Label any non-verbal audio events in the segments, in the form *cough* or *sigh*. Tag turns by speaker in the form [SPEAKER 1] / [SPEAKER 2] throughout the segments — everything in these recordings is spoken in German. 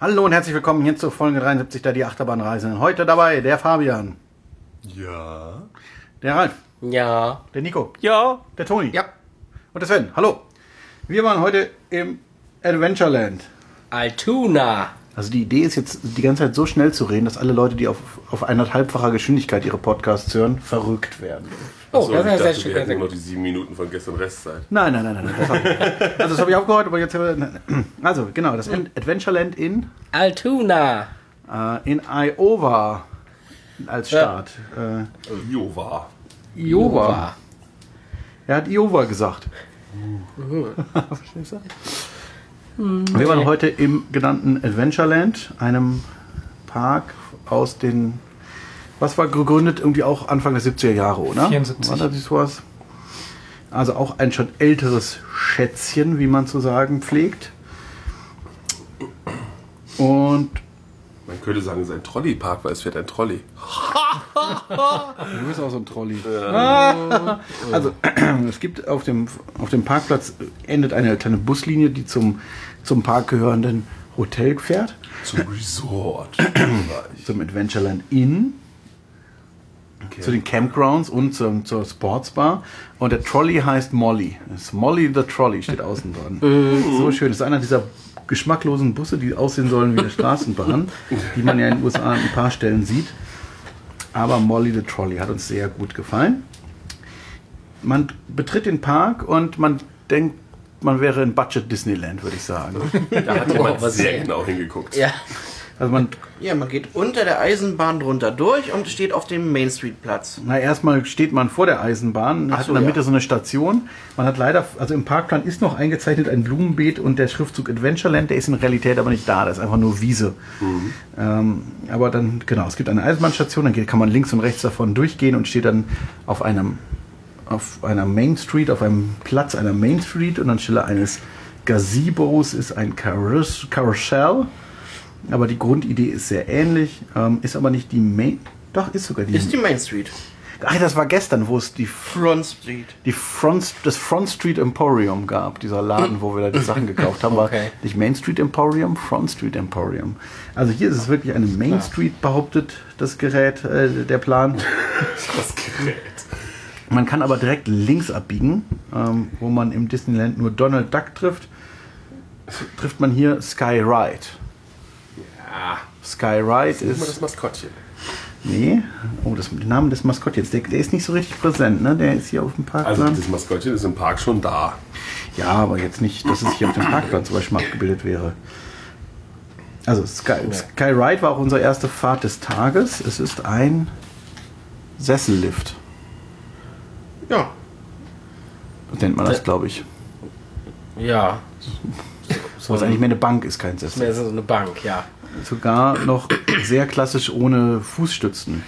[SPEAKER 1] Hallo und herzlich willkommen hier zur Folge 73 der Die Achterbahnreise. Heute dabei der Fabian,
[SPEAKER 2] Ja.
[SPEAKER 1] der Ralf,
[SPEAKER 3] Ja.
[SPEAKER 1] der Nico,
[SPEAKER 3] Ja.
[SPEAKER 1] der Toni
[SPEAKER 3] Ja.
[SPEAKER 1] und der Sven. Hallo. Wir waren heute im Adventureland.
[SPEAKER 3] Altoona.
[SPEAKER 1] Also die Idee ist jetzt die ganze Zeit so schnell zu reden, dass alle Leute, die auf, auf eineinhalbfacher Geschwindigkeit ihre Podcasts hören, verrückt werden.
[SPEAKER 3] Oh, das
[SPEAKER 2] So,
[SPEAKER 3] ist
[SPEAKER 2] ich
[SPEAKER 3] ja
[SPEAKER 2] dachte,
[SPEAKER 3] sehr
[SPEAKER 2] wir
[SPEAKER 3] schön.
[SPEAKER 2] hätten
[SPEAKER 3] Sehr
[SPEAKER 2] nur noch
[SPEAKER 3] gut.
[SPEAKER 2] die sieben Minuten von gestern Restzeit.
[SPEAKER 1] Nein, nein, nein, nein. Das hab ich, also das habe ich aufgehört, aber jetzt... Also genau, das Adventureland in,
[SPEAKER 3] Altoona.
[SPEAKER 1] äh, in Iowa als Staat. Äh,
[SPEAKER 2] Also, Jova.
[SPEAKER 1] Iowa. Er hat Iowa gesagt. Verstehst du? Wir waren heute im genannten Adventureland, einem Park aus den. Was war gegründet? Irgendwie auch Anfang der 70er Jahre, oder?
[SPEAKER 4] 74.
[SPEAKER 1] War das sowas? Also auch ein schon älteres Schätzchen, wie man zu sagen pflegt. Und
[SPEAKER 2] Man könnte sagen, es ist ein Trolleypark, weil es fährt ein Trolley.
[SPEAKER 1] Du bist auch so ein Trolley. also, *clears throat* es gibt auf dem, auf dem Parkplatz endet eine kleine Buslinie, die zum, zum Park gehörenden Hotel fährt,
[SPEAKER 2] Zum Resort.
[SPEAKER 1] zum Adventureland Inn,
[SPEAKER 2] Okay.
[SPEAKER 1] zu den Campgrounds und zum, zur Sportsbar. Und der Trolley heißt Molly. Es ist Molly the Trolley steht außen dran. so schön. Das ist einer dieser geschmacklosen Busse, die aussehen sollen wie eine Straßenbahn, die man ja in den USA an ein paar Stellen sieht. Aber Molly the Trolley hat uns sehr gut gefallen. Man betritt den Park und man denkt, man wäre in Budget Disneyland, würde ich sagen.
[SPEAKER 2] da hat jemand
[SPEAKER 3] Oh, was
[SPEAKER 2] sehr
[SPEAKER 3] sehr.
[SPEAKER 2] genau hingeguckt.
[SPEAKER 3] Ja.
[SPEAKER 1] Also man
[SPEAKER 5] Ja, man geht unter der Eisenbahn drunter durch und steht auf dem Main Street Platz.
[SPEAKER 1] Na, erstmal steht man vor der Eisenbahn, hat
[SPEAKER 5] so,
[SPEAKER 1] in der
[SPEAKER 5] ja.
[SPEAKER 1] Mitte so eine Station. Man hat leider, also im Parkplan ist noch eingezeichnet ein Blumenbeet und der Schriftzug Adventureland, der ist in Realität aber nicht da, das ist einfach nur Wiese.
[SPEAKER 5] Mhm.
[SPEAKER 1] Ähm, aber dann, genau, es gibt eine Eisenbahnstation, dann geht, kann man links und rechts davon durchgehen und steht dann auf einem, auf einer Main Street, auf einem Platz einer Main Street und anstelle eines Gazebos ist ein Carous Carousel. Aber die Grundidee ist sehr ähnlich, ähm, ist aber nicht die Main. Doch, ist sogar die
[SPEAKER 5] Ist die Main Street.
[SPEAKER 1] Ach, das war gestern, wo es die,
[SPEAKER 5] Front Street.
[SPEAKER 1] die Front, das Front Street Emporium gab, dieser Laden, wo wir
[SPEAKER 2] *laughs*
[SPEAKER 1] da die Sachen gekauft haben. War
[SPEAKER 3] Okay.
[SPEAKER 1] nicht Main Street Emporium, Front Street Emporium. Also hier ist es wirklich eine Main Street, behauptet das Gerät, äh, der Plan.
[SPEAKER 2] *laughs* Das Gerät.
[SPEAKER 1] Man kann aber direkt links abbiegen, ähm, wo man im Disneyland nur Donald Duck trifft, trifft man hier Sky Ride.
[SPEAKER 2] Ah,
[SPEAKER 1] Sky Ride
[SPEAKER 2] immer
[SPEAKER 1] ist.
[SPEAKER 2] das Maskottchen.
[SPEAKER 1] Nee. Oh, das, der Name des Maskottchens. Der, der ist nicht so richtig präsent, ne? Der ist hier auf dem Parkplan.
[SPEAKER 2] Also, das Maskottchen ist im Park schon da.
[SPEAKER 1] Ja, aber jetzt nicht, dass es hier auf dem Parkplatz zum Beispiel abgebildet wäre. Also Sky, Sky Ride war auch unsere erste Fahrt des Tages. Es ist ein Sessellift,
[SPEAKER 5] Ja.
[SPEAKER 1] nennt man das, glaube ich.
[SPEAKER 3] Ja.
[SPEAKER 1] Was eigentlich mehr eine Bank ist, kein Sessel.
[SPEAKER 3] Das ist so eine Bank, ja.
[SPEAKER 1] Sogar noch sehr klassisch ohne Fußstützen.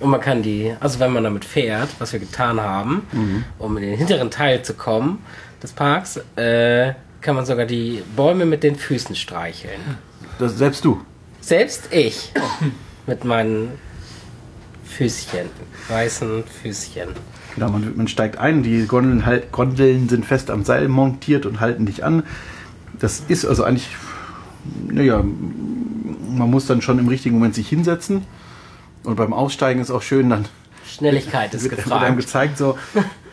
[SPEAKER 3] Und man kann die, also wenn man damit fährt, was wir getan haben,
[SPEAKER 2] Mhm.
[SPEAKER 3] um in den hinteren Teil zu kommen des Parks, äh, kann man sogar die Bäume mit den Füßen streicheln.
[SPEAKER 1] Das, selbst du.
[SPEAKER 3] Selbst ich. Mit meinen Füßchen. Weißen Füßchen.
[SPEAKER 1] Genau, man, man steigt ein, die Gondeln, halt, Gondeln sind fest am Seil montiert und halten dich an. Das ist also eigentlich, naja, man muss dann schon im richtigen Moment sich hinsetzen. Und beim Aussteigen ist auch schön, dann
[SPEAKER 3] Schnelligkeit ist
[SPEAKER 1] wird einem
[SPEAKER 3] gefragt.
[SPEAKER 1] gezeigt,
[SPEAKER 3] *laughs*
[SPEAKER 1] so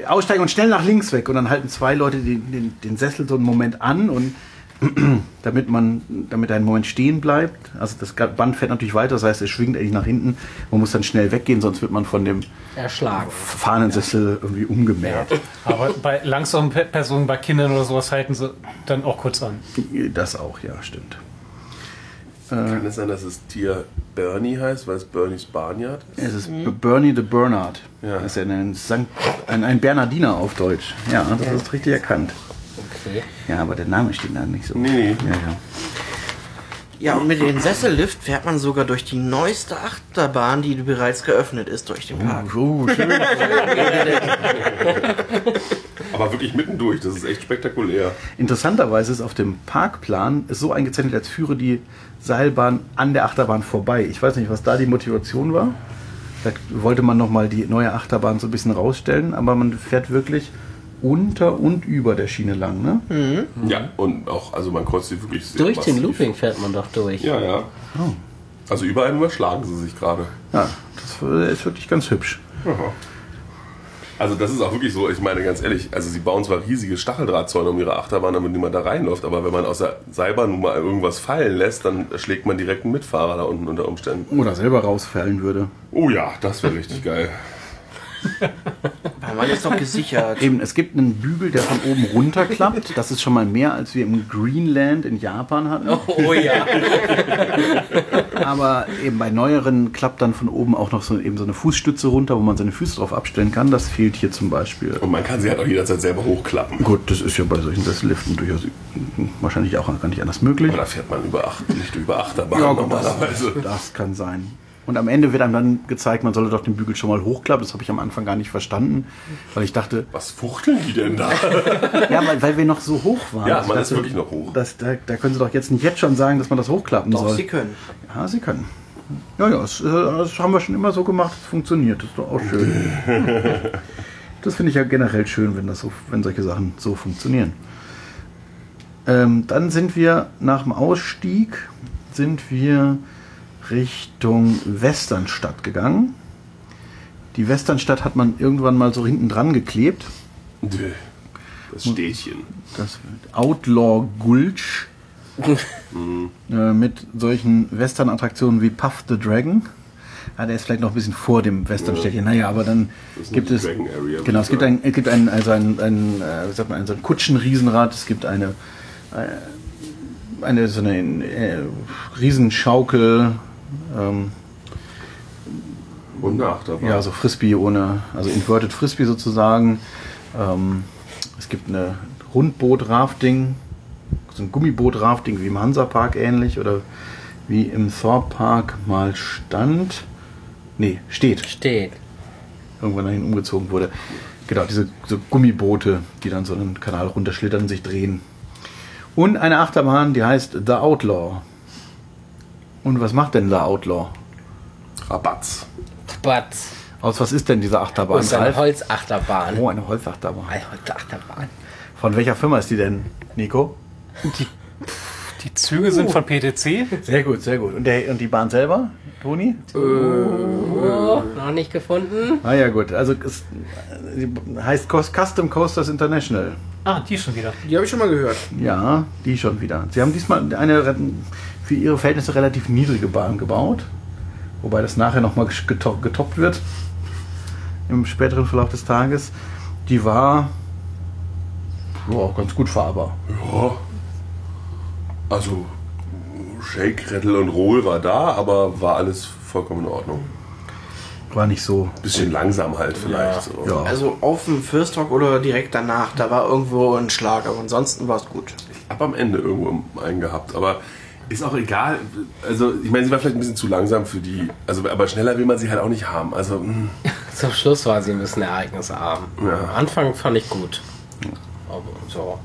[SPEAKER 1] aussteigen und schnell nach links weg. Und dann halten zwei Leute den, den, den Sessel so einen Moment an und *clears throat* damit man, damit er einen Moment stehen bleibt. Also das Band fährt natürlich weiter, das heißt, es schwingt eigentlich nach hinten. Man muss dann schnell weggehen, sonst wird man von dem
[SPEAKER 3] Erschlagen.
[SPEAKER 1] Fahnensessel irgendwie umgemerkt.
[SPEAKER 4] Aber bei langsamen Pe- Personen, bei Kindern oder sowas halten sie dann auch kurz an.
[SPEAKER 1] Das auch, ja, stimmt.
[SPEAKER 2] Kann es sein, dass das Tier Bernie heißt, weil es Bernie Spaniard ist?
[SPEAKER 1] Es ist Bernie the Bernard.
[SPEAKER 2] Ja.
[SPEAKER 1] Das ist ja ein, Sankt, ein, ein Bernardiner auf Deutsch. Ja, das ist richtig erkannt.
[SPEAKER 3] Okay.
[SPEAKER 1] Ja, aber der Name steht da nicht so.
[SPEAKER 2] Nee, nee.
[SPEAKER 1] Ja, ja.
[SPEAKER 5] Ja, und mit dem Sessellift fährt man sogar durch die neueste Achterbahn, die bereits geöffnet ist durch den Park.
[SPEAKER 1] Oh, schön.
[SPEAKER 2] Aber wirklich mittendurch, das ist echt spektakulär.
[SPEAKER 1] Interessanterweise ist auf dem Parkplan es so eingezeichnet, als führe die Seilbahn an der Achterbahn vorbei. Ich weiß nicht, was da die Motivation war. Vielleicht wollte man nochmal die neue Achterbahn so ein bisschen rausstellen, aber man fährt wirklich unter und über der Schiene lang, ne?
[SPEAKER 2] Ja, und auch, also man konnte sie wirklich sehr
[SPEAKER 3] Durch den
[SPEAKER 2] massiv-
[SPEAKER 3] Looping fährt man doch durch.
[SPEAKER 2] Ja, ja. Also überall nur schlagen sie sich gerade.
[SPEAKER 1] Ja, das äh, ist wirklich ganz hübsch.
[SPEAKER 2] Also das ist auch wirklich so, ich meine ganz ehrlich, also sie bauen zwar riesige Stacheldrahtzäune um ihre Achterbahn, damit niemand da reinläuft, aber wenn man aus der Seilbahn nun mal irgendwas fallen lässt, dann schlägt man direkt einen Mitfahrer da unten unter Umständen.
[SPEAKER 1] Oder selber rausfallen würde.
[SPEAKER 2] Oh ja, das wäre *laughs* richtig geil.
[SPEAKER 5] Aber man ist doch gesichert.
[SPEAKER 1] Eben, es gibt einen Bügel, der von oben runterklappt. Das ist schon mal mehr, als wir im Greenland in Japan hatten.
[SPEAKER 3] Oh ja.
[SPEAKER 1] Aber eben bei neueren klappt dann von oben auch noch so, eben so eine Fußstütze runter, wo man seine Füße drauf abstellen kann. Das fehlt hier zum Beispiel.
[SPEAKER 2] Und man kann sie halt auch jederzeit selber hochklappen.
[SPEAKER 1] Gut, das ist ja bei solchen Sessliften durchaus wahrscheinlich auch gar nicht anders möglich.
[SPEAKER 2] Aber da fährt man über acht, nicht über Achterbahn
[SPEAKER 1] Ja, gut, das,
[SPEAKER 3] Also.
[SPEAKER 2] normalerweise.
[SPEAKER 1] das kann sein. Und am Ende wird einem dann gezeigt, man solle doch den Bügel schon mal hochklappen. Das habe ich am Anfang gar nicht verstanden, weil ich dachte,
[SPEAKER 2] Was fuchteln die denn da?
[SPEAKER 1] ja, weil, weil wir noch so hoch waren.
[SPEAKER 2] Ja,
[SPEAKER 1] Ich
[SPEAKER 2] man
[SPEAKER 1] dachte,
[SPEAKER 2] ist wirklich noch hoch.
[SPEAKER 1] Das, da, da können sie doch jetzt nicht jetzt schon sagen, dass man das hochklappen
[SPEAKER 5] Doch,
[SPEAKER 1] soll.
[SPEAKER 5] sie können.
[SPEAKER 1] Ja, sie können. Ja, ja, das, äh, das haben wir schon immer so gemacht. Das funktioniert. Das ist doch auch schön.
[SPEAKER 2] *laughs*
[SPEAKER 1] das finde ich ja generell schön, wenn, das so, wenn solche Sachen so funktionieren. Ähm, dann sind wir nach dem Ausstieg sind wir Richtung Westernstadt gegangen. Die Westernstadt hat man irgendwann mal so hinten dran geklebt.
[SPEAKER 2] Dö, Das Städtchen.
[SPEAKER 1] Das Outlaw Gulch.
[SPEAKER 2] Mhm.
[SPEAKER 1] äh, mit solchen Western-Attraktionen wie Puff the Dragon. Ah, der ist vielleicht noch ein bisschen vor dem Western-Städtchen. Naja, aber dann
[SPEAKER 2] Das ist
[SPEAKER 1] gibt
[SPEAKER 2] eine
[SPEAKER 1] es.
[SPEAKER 2] Dragon Area, würde
[SPEAKER 1] genau,
[SPEAKER 2] ich
[SPEAKER 1] es gibt,
[SPEAKER 2] sagen.
[SPEAKER 1] ein, es gibt ein, also ein, ein, äh, wie sagt man, ein, so ein Kutschenriesenrad, es gibt eine, äh, eine so eine äh, Riesenschaukel, ähm,
[SPEAKER 2] Und eine Achterbahn.
[SPEAKER 1] ja, so Frisbee ohne, also Inverted Frisbee sozusagen. Ähm, es gibt eine Rundboot-Rafting, so ein Gummiboot-Rafting wie im Hansapark ähnlich oder wie im Thorpe Park mal stand. Nee, steht.
[SPEAKER 3] Steht.
[SPEAKER 1] Irgendwann dahin umgezogen wurde. Genau, diese so Gummiboote, die dann so einen Kanal runterschlittern und sich drehen. Und eine Achterbahn, die heißt The Outlaw. Und was macht denn The Outlaw?
[SPEAKER 2] Rabatz.
[SPEAKER 3] Batz.
[SPEAKER 1] Aus was ist denn diese Achterbahn?
[SPEAKER 3] Und dann
[SPEAKER 1] Ralf?
[SPEAKER 3] Holzachterbahn.
[SPEAKER 1] Oh, eine Holzachterbahn.
[SPEAKER 3] Holzachterbahn.
[SPEAKER 1] Von welcher Firma ist die denn, Nico?
[SPEAKER 4] Die Züge sind von PTC.
[SPEAKER 1] Sehr gut, sehr gut. Und, der, und die Bahn selber, Toni?
[SPEAKER 3] Oh, noch nicht gefunden.
[SPEAKER 1] Ah ja, gut. Also es sie heißt Cos- Custom Coasters International.
[SPEAKER 4] Ah, die schon wieder.
[SPEAKER 5] Die habe ich schon mal gehört.
[SPEAKER 1] Ja, die schon wieder. Sie haben diesmal eine re- für ihre Verhältnisse relativ niedrige Bahn gebaut, wobei das nachher nochmal getoppt, getoppt wird im späteren Verlauf des Tages. Die war ja, ganz gut fahrbar.
[SPEAKER 2] Ja. Also, Shake, Rattle und Roll war da, aber war alles vollkommen in Ordnung.
[SPEAKER 1] War nicht so.
[SPEAKER 2] Bisschen langsam halt vielleicht. so.
[SPEAKER 1] Ja.
[SPEAKER 5] Also auf dem First Talk oder direkt danach, da war irgendwo ein Schlag, aber ansonsten war es gut.
[SPEAKER 2] Ab am Ende irgendwo einen gehabt, aber ist auch egal. Also, ich meine, sie war vielleicht ein bisschen zu langsam für die. Also, aber schneller will man sie halt auch nicht haben. Also, mh,
[SPEAKER 3] Zum Schluss war sie ein bisschen ereignisarm.
[SPEAKER 2] Ja.
[SPEAKER 3] Am Anfang fand ich gut. Aber so.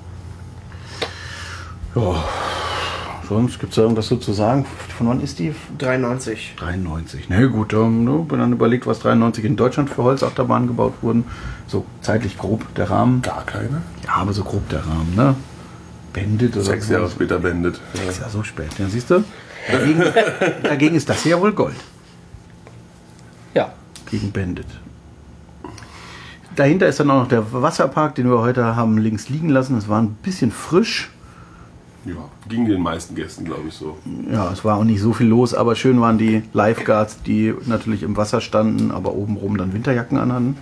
[SPEAKER 1] Ja, sonst gibt es irgendwas so zu sagen. Von wann ist die?
[SPEAKER 5] 93.
[SPEAKER 1] 93. Na gut, ähm, ne, wenn man überlegt, was 93 in Deutschland für Holzachterbahnen gebaut wurden, so zeitlich grob der Rahmen.
[SPEAKER 2] gar keine.
[SPEAKER 1] Ja, aber so grob der Rahmen, ne? Bandit oder
[SPEAKER 2] Sechs
[SPEAKER 1] so.
[SPEAKER 2] Jahre später blendet.
[SPEAKER 1] Sechs Jahre so spät, ja, siehst du? Dagegen,
[SPEAKER 2] *laughs*
[SPEAKER 1] dagegen ist das hier ja wohl Gold.
[SPEAKER 3] Ja.
[SPEAKER 1] Gegen Bandit. Dahinter ist dann auch noch der Wasserpark, den wir heute haben links liegen lassen. Es war ein bisschen frisch.
[SPEAKER 2] Ja, ging den meisten Gästen, glaube ich, so.
[SPEAKER 1] Ja, es war auch nicht so viel los, aber schön waren die Lifeguards, die natürlich im Wasser standen, aber obenrum dann Winterjacken anhatten.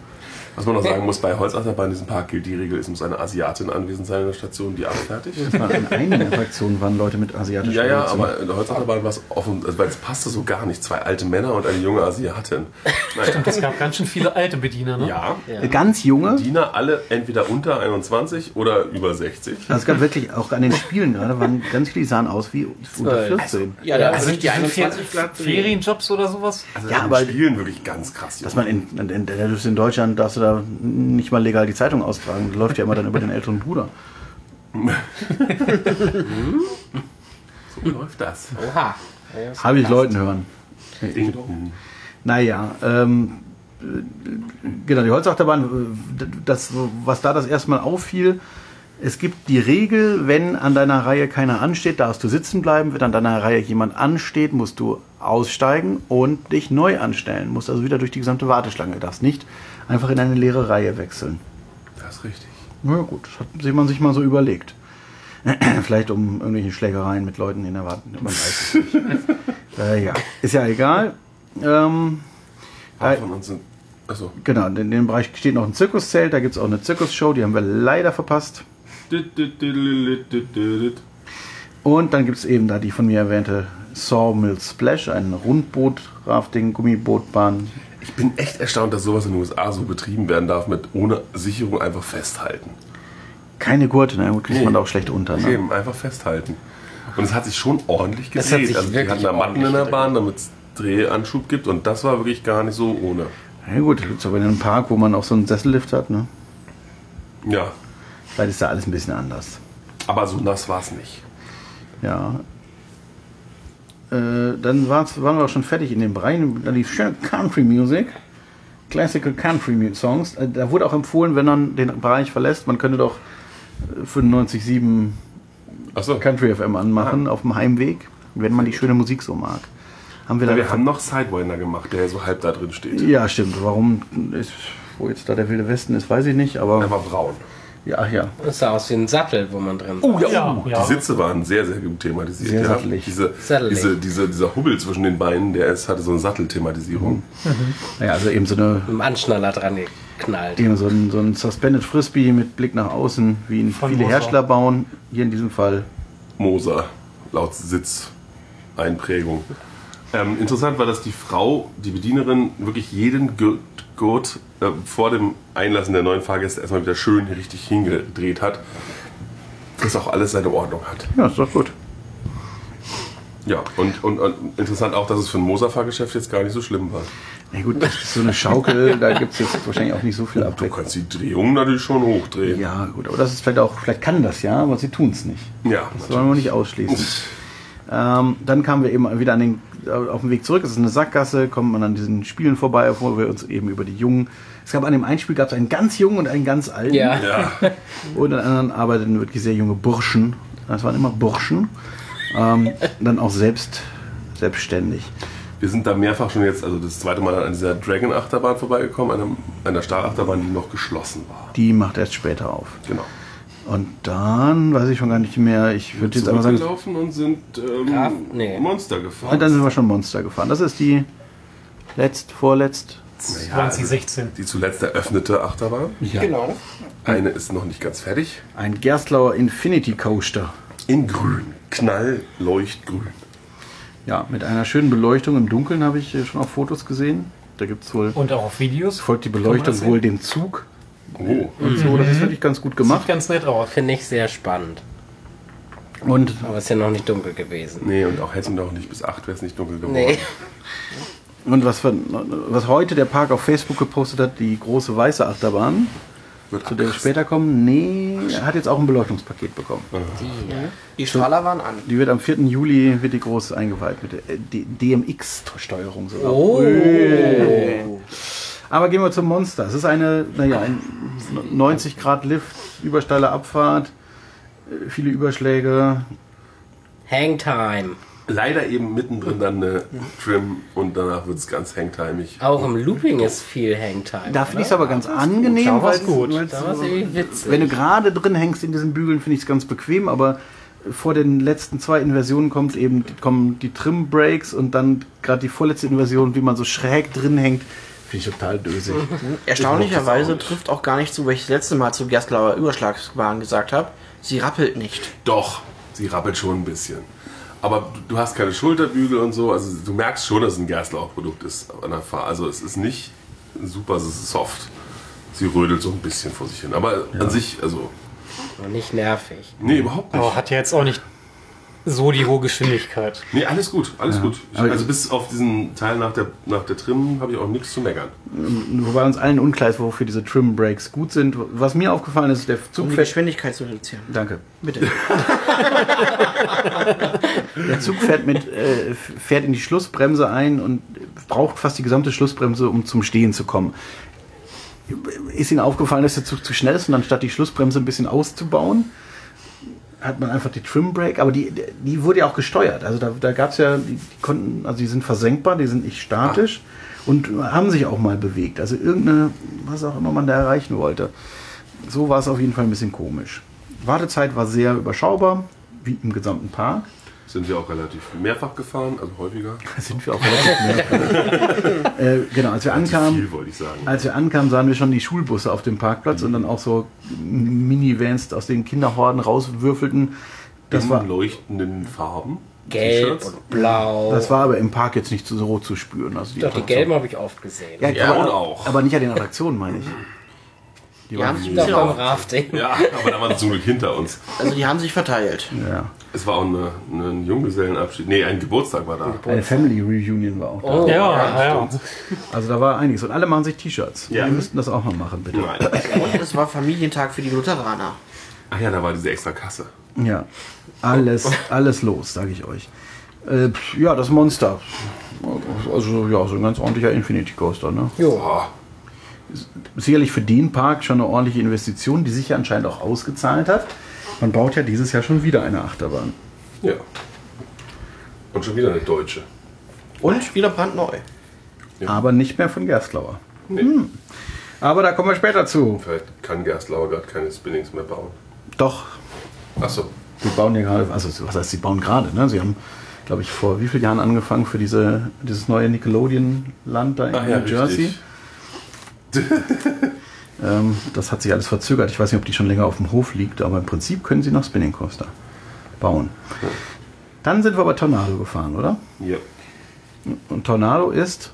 [SPEAKER 2] Was man noch sagen muss, bei Holzachterbahn in diesem Park gilt die Regel, es muss eine Asiatin anwesend sein in der Station, die abfertigt.
[SPEAKER 1] Es waren in einigen *laughs* Attraktionen waren Leute mit asiatischen
[SPEAKER 2] Ja, ja,
[SPEAKER 1] Wurzeln.
[SPEAKER 2] aber in der Holzachterbahn war es offen, also, weil es passte so gar nicht. Zwei alte Männer und eine junge *laughs* Asiatin. Naja.
[SPEAKER 4] Es gab ganz schön viele alte Bediener, ne?
[SPEAKER 2] Ja,
[SPEAKER 1] Äh, Ganz junge,
[SPEAKER 2] Diener alle entweder unter 21 oder über 60.
[SPEAKER 1] also es gab wirklich auch an den Spielen gerade, waren ganz viele, die sahen aus wie
[SPEAKER 3] Äh,
[SPEAKER 1] unter 14.
[SPEAKER 5] Ja, da
[SPEAKER 4] Also
[SPEAKER 5] sind die
[SPEAKER 4] die sind
[SPEAKER 5] 21 glatt.
[SPEAKER 4] Ferienjobs oder sowas.
[SPEAKER 2] Also
[SPEAKER 1] Ja,
[SPEAKER 2] in
[SPEAKER 1] aber-
[SPEAKER 2] Spielen wirklich ganz krass.
[SPEAKER 1] Dass man in, in, in, in Deutschland darfst du da nicht mal legal die Zeitung austragen, Die läuft ja immer dann über den älteren Bruder.
[SPEAKER 2] so läuft das.
[SPEAKER 3] Oha.
[SPEAKER 1] Habe ich Leuten hören.
[SPEAKER 2] Ding dong.
[SPEAKER 1] Naja, ähm, genau, die Holzachterbahn, äh, das, was da das erstmal auffiel, es gibt die Regel, wenn an deiner Reihe keiner ansteht, darfst du sitzen bleiben. Wenn an deiner Reihe jemand ansteht, musst du aussteigen und dich neu anstellen. Musst also wieder durch die gesamte Warteschlange. Darfst nicht einfach in eine leere Reihe wechseln.
[SPEAKER 2] Das ist richtig.
[SPEAKER 1] Na ja, gut, das hat sich man sich mal so überlegt. *clears throat* Vielleicht um irgendwelche Schlägereien mit Leuten in der Warten. *laughs* Man weiß es nicht. äh, ja, ist ja egal. Ähm,
[SPEAKER 2] Ein paar von uns sind. Achso.
[SPEAKER 1] genau, in dem Bereich steht noch ein Zirkuszelt, da gibt es auch eine Zirkusshow, die haben wir leider verpasst. Und dann gibt es eben da die von mir erwähnte Sawmill Splash, ein Rundboot, Rafting, Gummibootbahn.
[SPEAKER 2] Ich bin echt erstaunt, dass sowas in den USA so betrieben werden darf, mit ohne Sicherung einfach festhalten.
[SPEAKER 1] Keine Gurte, na gut, kriegt
[SPEAKER 2] Nee.
[SPEAKER 1] man da auch schlecht unter. Ne?
[SPEAKER 2] Eben, einfach festhalten. Und es hat sich schon ordentlich
[SPEAKER 3] Es hat
[SPEAKER 2] gedreht.
[SPEAKER 3] sich
[SPEAKER 2] Also die
[SPEAKER 3] wirklich
[SPEAKER 2] hatten da Matten in
[SPEAKER 3] ordentlich
[SPEAKER 2] der Bahn, damit es Drehanschub gibt. Und das war wirklich gar nicht so ohne.
[SPEAKER 1] Na gut, das gibt's aber in einem Park, wo man auch so einen Sessellift hat. Ne?
[SPEAKER 2] Ja,
[SPEAKER 1] Vielleicht ist da alles ein bisschen anders.
[SPEAKER 2] aber so nass war es nicht.
[SPEAKER 1] Ja. Äh, dann war's, waren wir auch schon fertig in dem Bereich. Dann lief schöne Country Music. Classical Country Mu- Songs. Äh, Da wurde auch empfohlen, wenn man den Bereich verlässt, man könnte doch äh, 95,7
[SPEAKER 2] Achso,
[SPEAKER 1] Country FM anmachen auf dem Heimweg, wenn man die schöne Musik so mag. Haben wir,
[SPEAKER 2] wir
[SPEAKER 1] dann-
[SPEAKER 2] haben noch Sidewinder gemacht, der so halb da drin steht.
[SPEAKER 1] Ja, stimmt. Warum ist, wo jetzt da der Wilde Westen ist, weiß ich nicht, aber
[SPEAKER 2] Der war braun.
[SPEAKER 1] ja, ach ja.
[SPEAKER 3] Das sah aus wie ein Sattel, wo man drin
[SPEAKER 2] Oh ja,
[SPEAKER 4] Ja,
[SPEAKER 2] oh,
[SPEAKER 4] ja.
[SPEAKER 2] die Sitze waren sehr, sehr gut thematisiert.
[SPEAKER 1] Sehr
[SPEAKER 2] ja.
[SPEAKER 1] sattelig.
[SPEAKER 2] Diese,
[SPEAKER 3] Sattelig.
[SPEAKER 2] diese, diese, dieser Hubbel zwischen den Beinen, der ist, hatte so eine Sattelthematisierung.
[SPEAKER 1] Mhm. Naja, also eben so eine
[SPEAKER 3] mit dem Anschnaller dran geknallt.
[SPEAKER 1] eben so ein, so ein Suspended Frisbee mit Blick nach außen, wie ihn
[SPEAKER 4] Von
[SPEAKER 1] viele
[SPEAKER 4] Moser.
[SPEAKER 1] Hersteller bauen. Hier in diesem Fall.
[SPEAKER 2] Moser, laut Sitzeinprägung. Ähm, interessant war, dass die Frau, die Bedienerin, wirklich jeden Gurt, Gurt äh, vor dem Einlassen der neuen Fahrgäste erstmal wieder schön richtig hingedreht hat. Dass auch alles seine Ordnung hat.
[SPEAKER 1] Ja, ist doch gut.
[SPEAKER 2] Ja, und, und, und interessant auch, dass es für ein Moser-Fahrgeschäft jetzt gar nicht so schlimm war.
[SPEAKER 1] Na gut, das ist so eine *laughs* Schaukel, da gibt es jetzt wahrscheinlich auch nicht so viel
[SPEAKER 2] Du
[SPEAKER 1] Abwechslung.
[SPEAKER 2] kannst die Drehung natürlich schon hochdrehen.
[SPEAKER 1] Ja, gut, aber das ist vielleicht auch, vielleicht kann das ja, aber sie tun es nicht.
[SPEAKER 2] Ja,
[SPEAKER 1] Das wollen wir nicht ausschließen. Ähm, dann kamen wir eben wieder an den, äh, auf dem Weg zurück. Es ist eine Sackgasse, kommt man an diesen Spielen vorbei, wo wir uns eben über die Jungen. Es gab an dem einen Spiel gab es einen ganz jungen und einen ganz alten.
[SPEAKER 3] Ja.
[SPEAKER 2] ja.
[SPEAKER 1] Und an anderen arbeiteten wirklich sehr junge Burschen. Das waren immer Burschen. Ähm, dann auch selbst selbstständig.
[SPEAKER 2] Wir sind da mehrfach schon jetzt, also das zweite Mal an dieser Dragon-Achterbahn vorbeigekommen, einer, einer Star-Achterbahn, die noch geschlossen war.
[SPEAKER 1] Die macht erst später auf.
[SPEAKER 2] Genau.
[SPEAKER 1] Und dann weiß ich schon gar nicht mehr. Ich würde jetzt einfach sagen.
[SPEAKER 2] Zurückgelaufen und sind ähm,
[SPEAKER 3] Graf? Nee.
[SPEAKER 2] Monster
[SPEAKER 1] Und
[SPEAKER 2] gefahren.
[SPEAKER 1] dann sind wir schon Monster gefahren. Das ist die letzt, vorletzt.
[SPEAKER 4] 2016.
[SPEAKER 2] die zuletzt eröffnete Achterbahn.
[SPEAKER 5] Genau.
[SPEAKER 2] Eine ist noch nicht ganz fertig.
[SPEAKER 1] Ein Gerstlauer Infinity Coaster.
[SPEAKER 2] In grün. Knall, leuchtgrün.
[SPEAKER 1] Ja, mit einer schönen Beleuchtung im Dunkeln habe ich äh, schon auf Fotos gesehen. Da gibt es wohl,
[SPEAKER 4] Und auch auf Videos.
[SPEAKER 1] folgt die
[SPEAKER 4] Kann man
[SPEAKER 1] Beleuchtung
[SPEAKER 4] das
[SPEAKER 1] wohl dem Zug.
[SPEAKER 2] Oh.
[SPEAKER 1] Und
[SPEAKER 3] Hm.
[SPEAKER 1] so, das ist wirklich ganz gut
[SPEAKER 4] Sieht
[SPEAKER 1] gemacht.
[SPEAKER 4] ganz nett aus.
[SPEAKER 3] Finde ich sehr spannend.
[SPEAKER 1] Und
[SPEAKER 3] Aber es ist ja noch nicht dunkel gewesen.
[SPEAKER 2] Nee, und auch hätten wir auch nicht bis 8 wäre es nicht dunkel geworden.
[SPEAKER 3] Nee.
[SPEAKER 1] Und was, wir, was heute der Park auf Facebook gepostet hat, die große weiße Achterbahn,
[SPEAKER 2] Wird
[SPEAKER 1] zu der wir später kommen, nee, hat jetzt auch ein Beleuchtungspaket bekommen.
[SPEAKER 5] Die Strahler waren an.
[SPEAKER 1] Die wird am 4. Juli, wird die groß eingeweiht mit der äh, D- DMX-Steuerung sogar.
[SPEAKER 4] Oh.
[SPEAKER 1] Aber gehen wir zum Monster. Es ist eine, naja, ein 90 Grad Lift, übersteile Abfahrt, äh, viele Überschläge.
[SPEAKER 3] Hangtime.
[SPEAKER 2] Leider eben mittendrin dann eine Trim und danach wird es ganz hangtimig.
[SPEAKER 3] Auch im Looping ist viel Hangtime.
[SPEAKER 1] Da finde ich es aber ganz angenehm,
[SPEAKER 4] Da war's eh
[SPEAKER 1] weil's-
[SPEAKER 4] gut.
[SPEAKER 1] weil's-
[SPEAKER 3] Da war es irgendwie witzig.
[SPEAKER 1] Wenn du gerade drin hängst in diesen Bügeln, finde ich es ganz bequem, aber vor den letzten zwei Inversionen kommt eben, kommen die Trim-Breaks und dann gerade die vorletzte Inversion, wie man so schräg drin hängt, finde ich total dösig.
[SPEAKER 5] Erstaunlicherweise trifft auch gar nicht zu, was ich das letzte Mal zu Gerstlauer Überschlagsbahn gesagt habe. Sie rappelt nicht.
[SPEAKER 2] Doch, sie rappelt schon ein bisschen. Aber du, du hast keine Schulterbügel und so. Also du merkst schon, dass es ein Gerstlauchprodukt ist an der Fahr. Also es ist nicht super, es ist soft. Sie rödelt so ein bisschen vor sich hin. Aber an sich, also,
[SPEAKER 3] Noch Nicht nervig.
[SPEAKER 2] nee, überhaupt nicht.
[SPEAKER 4] Aber hat ja jetzt auch nicht so die hohe Geschwindigkeit.
[SPEAKER 2] Nee, alles gut, alles gut. Ich,
[SPEAKER 1] Aber-
[SPEAKER 2] also bis auf diesen Teil nach der, nach der Trim habe ich auch nichts zu meckern.
[SPEAKER 1] Wobei uns allen unklar ist, wofür diese Trim-Breaks gut sind. Was mir aufgefallen ist, der Zug
[SPEAKER 5] Um die
[SPEAKER 1] fährt
[SPEAKER 5] Geschwindigkeit zu reduzieren.
[SPEAKER 1] Danke.
[SPEAKER 5] Bitte.
[SPEAKER 1] Der Zug fährt, mit, äh, fährt in die Schlussbremse ein und braucht fast die gesamte Schlussbremse, um zum Stehen zu kommen. Ist Ihnen aufgefallen, dass der Zug zu schnell ist und anstatt die Schlussbremse ein bisschen auszubauen, hat man einfach die Trim Brake, aber die, die wurde ja auch gesteuert. Also da, da gab es ja, die, die konnten, also die sind versenkbar, die sind nicht statisch und haben sich auch mal bewegt. Also irgendeine, was auch immer man da erreichen wollte. So war es auf jeden Fall ein bisschen komisch. Wartezeit war sehr überschaubar, wie im gesamten Park.
[SPEAKER 2] Sind wir auch relativ mehrfach gefahren, also häufiger.
[SPEAKER 1] Da sind wir auch relativ *laughs* äh, Genau, als wir ankamen,
[SPEAKER 2] Viel, wollte ich sagen.
[SPEAKER 1] als wir ankamen, sahen wir schon die Schulbusse auf dem Parkplatz und dann auch so Minivans aus den Kinderhorden rauswürfelten. Das
[SPEAKER 2] In
[SPEAKER 1] war,
[SPEAKER 2] leuchtenden Farben.
[SPEAKER 3] Gelb
[SPEAKER 2] T-Shirts.
[SPEAKER 3] und blau.
[SPEAKER 1] das war aber im Park jetzt nicht so rot zu spüren. Also die
[SPEAKER 3] Doch, die
[SPEAKER 1] Attraktion-
[SPEAKER 3] gelben habe ich oft gesehen.
[SPEAKER 1] Ja,
[SPEAKER 2] Ja, und
[SPEAKER 1] aber,
[SPEAKER 2] auch.
[SPEAKER 1] aber nicht an den Attraktionen, meine ich.
[SPEAKER 5] Die haben sich ein
[SPEAKER 3] Doch,
[SPEAKER 5] bisschen
[SPEAKER 3] beim
[SPEAKER 5] auf,
[SPEAKER 3] Rafting.
[SPEAKER 2] Ja, *laughs* aber da waren sie zum Glück hinter uns.
[SPEAKER 5] also die haben sich verteilt.
[SPEAKER 1] Ja.
[SPEAKER 2] Es war auch eine, ein Junggesellenabschied. Nee, ein Geburtstag war da.
[SPEAKER 1] Eine Family Reunion war auch da.
[SPEAKER 3] Oh,
[SPEAKER 4] Ja, ja.
[SPEAKER 1] Also da war einiges. Und alle machen sich T-Shirts.
[SPEAKER 2] Ja.
[SPEAKER 1] Ja. Wir müssten das auch mal machen, bitte.
[SPEAKER 2] Nein.
[SPEAKER 5] Und es war Familientag für die Lutheraner.
[SPEAKER 2] Ach ja, da war diese extra Kasse.
[SPEAKER 1] Ja. Alles, alles los, sage ich euch. Äh, pf, ja, das Monster. Also ja, so ein ganz ordentlicher Infinity Coaster, ne?
[SPEAKER 3] Jo.
[SPEAKER 2] Boah,
[SPEAKER 1] sicherlich für den Park schon eine ordentliche Investition, die sich ja anscheinend auch ausgezahlt hat. Man baut ja dieses Jahr schon wieder eine Achterbahn.
[SPEAKER 2] ja. Und schon wieder eine deutsche.
[SPEAKER 5] Und wieder brandneu.
[SPEAKER 1] Aber nicht mehr von Gerstlauer. Hm.
[SPEAKER 2] Nee.
[SPEAKER 1] Aber da kommen wir später zu.
[SPEAKER 2] Vielleicht kann Gerstlauer gerade keine Spinnings mehr bauen.
[SPEAKER 1] Doch,
[SPEAKER 2] Achso.
[SPEAKER 1] sie bauen ja gerade, also was heißt, sie bauen gerade, ne? Sie haben, glaube ich, vor wie vielen Jahren angefangen für diese, dieses neue Nickelodeon-Land da in
[SPEAKER 2] Ach ja,
[SPEAKER 1] New Jersey.
[SPEAKER 2] richtig.
[SPEAKER 1] *laughs* Ähm, das hat sich alles verzögert. Ich weiß nicht, ob die schon länger auf dem Hof liegt, aber im Prinzip können sie noch Spinning Coaster bauen. Dann sind wir aber Tornado gefahren, oder?
[SPEAKER 2] Ja.
[SPEAKER 1] Und Tornado ist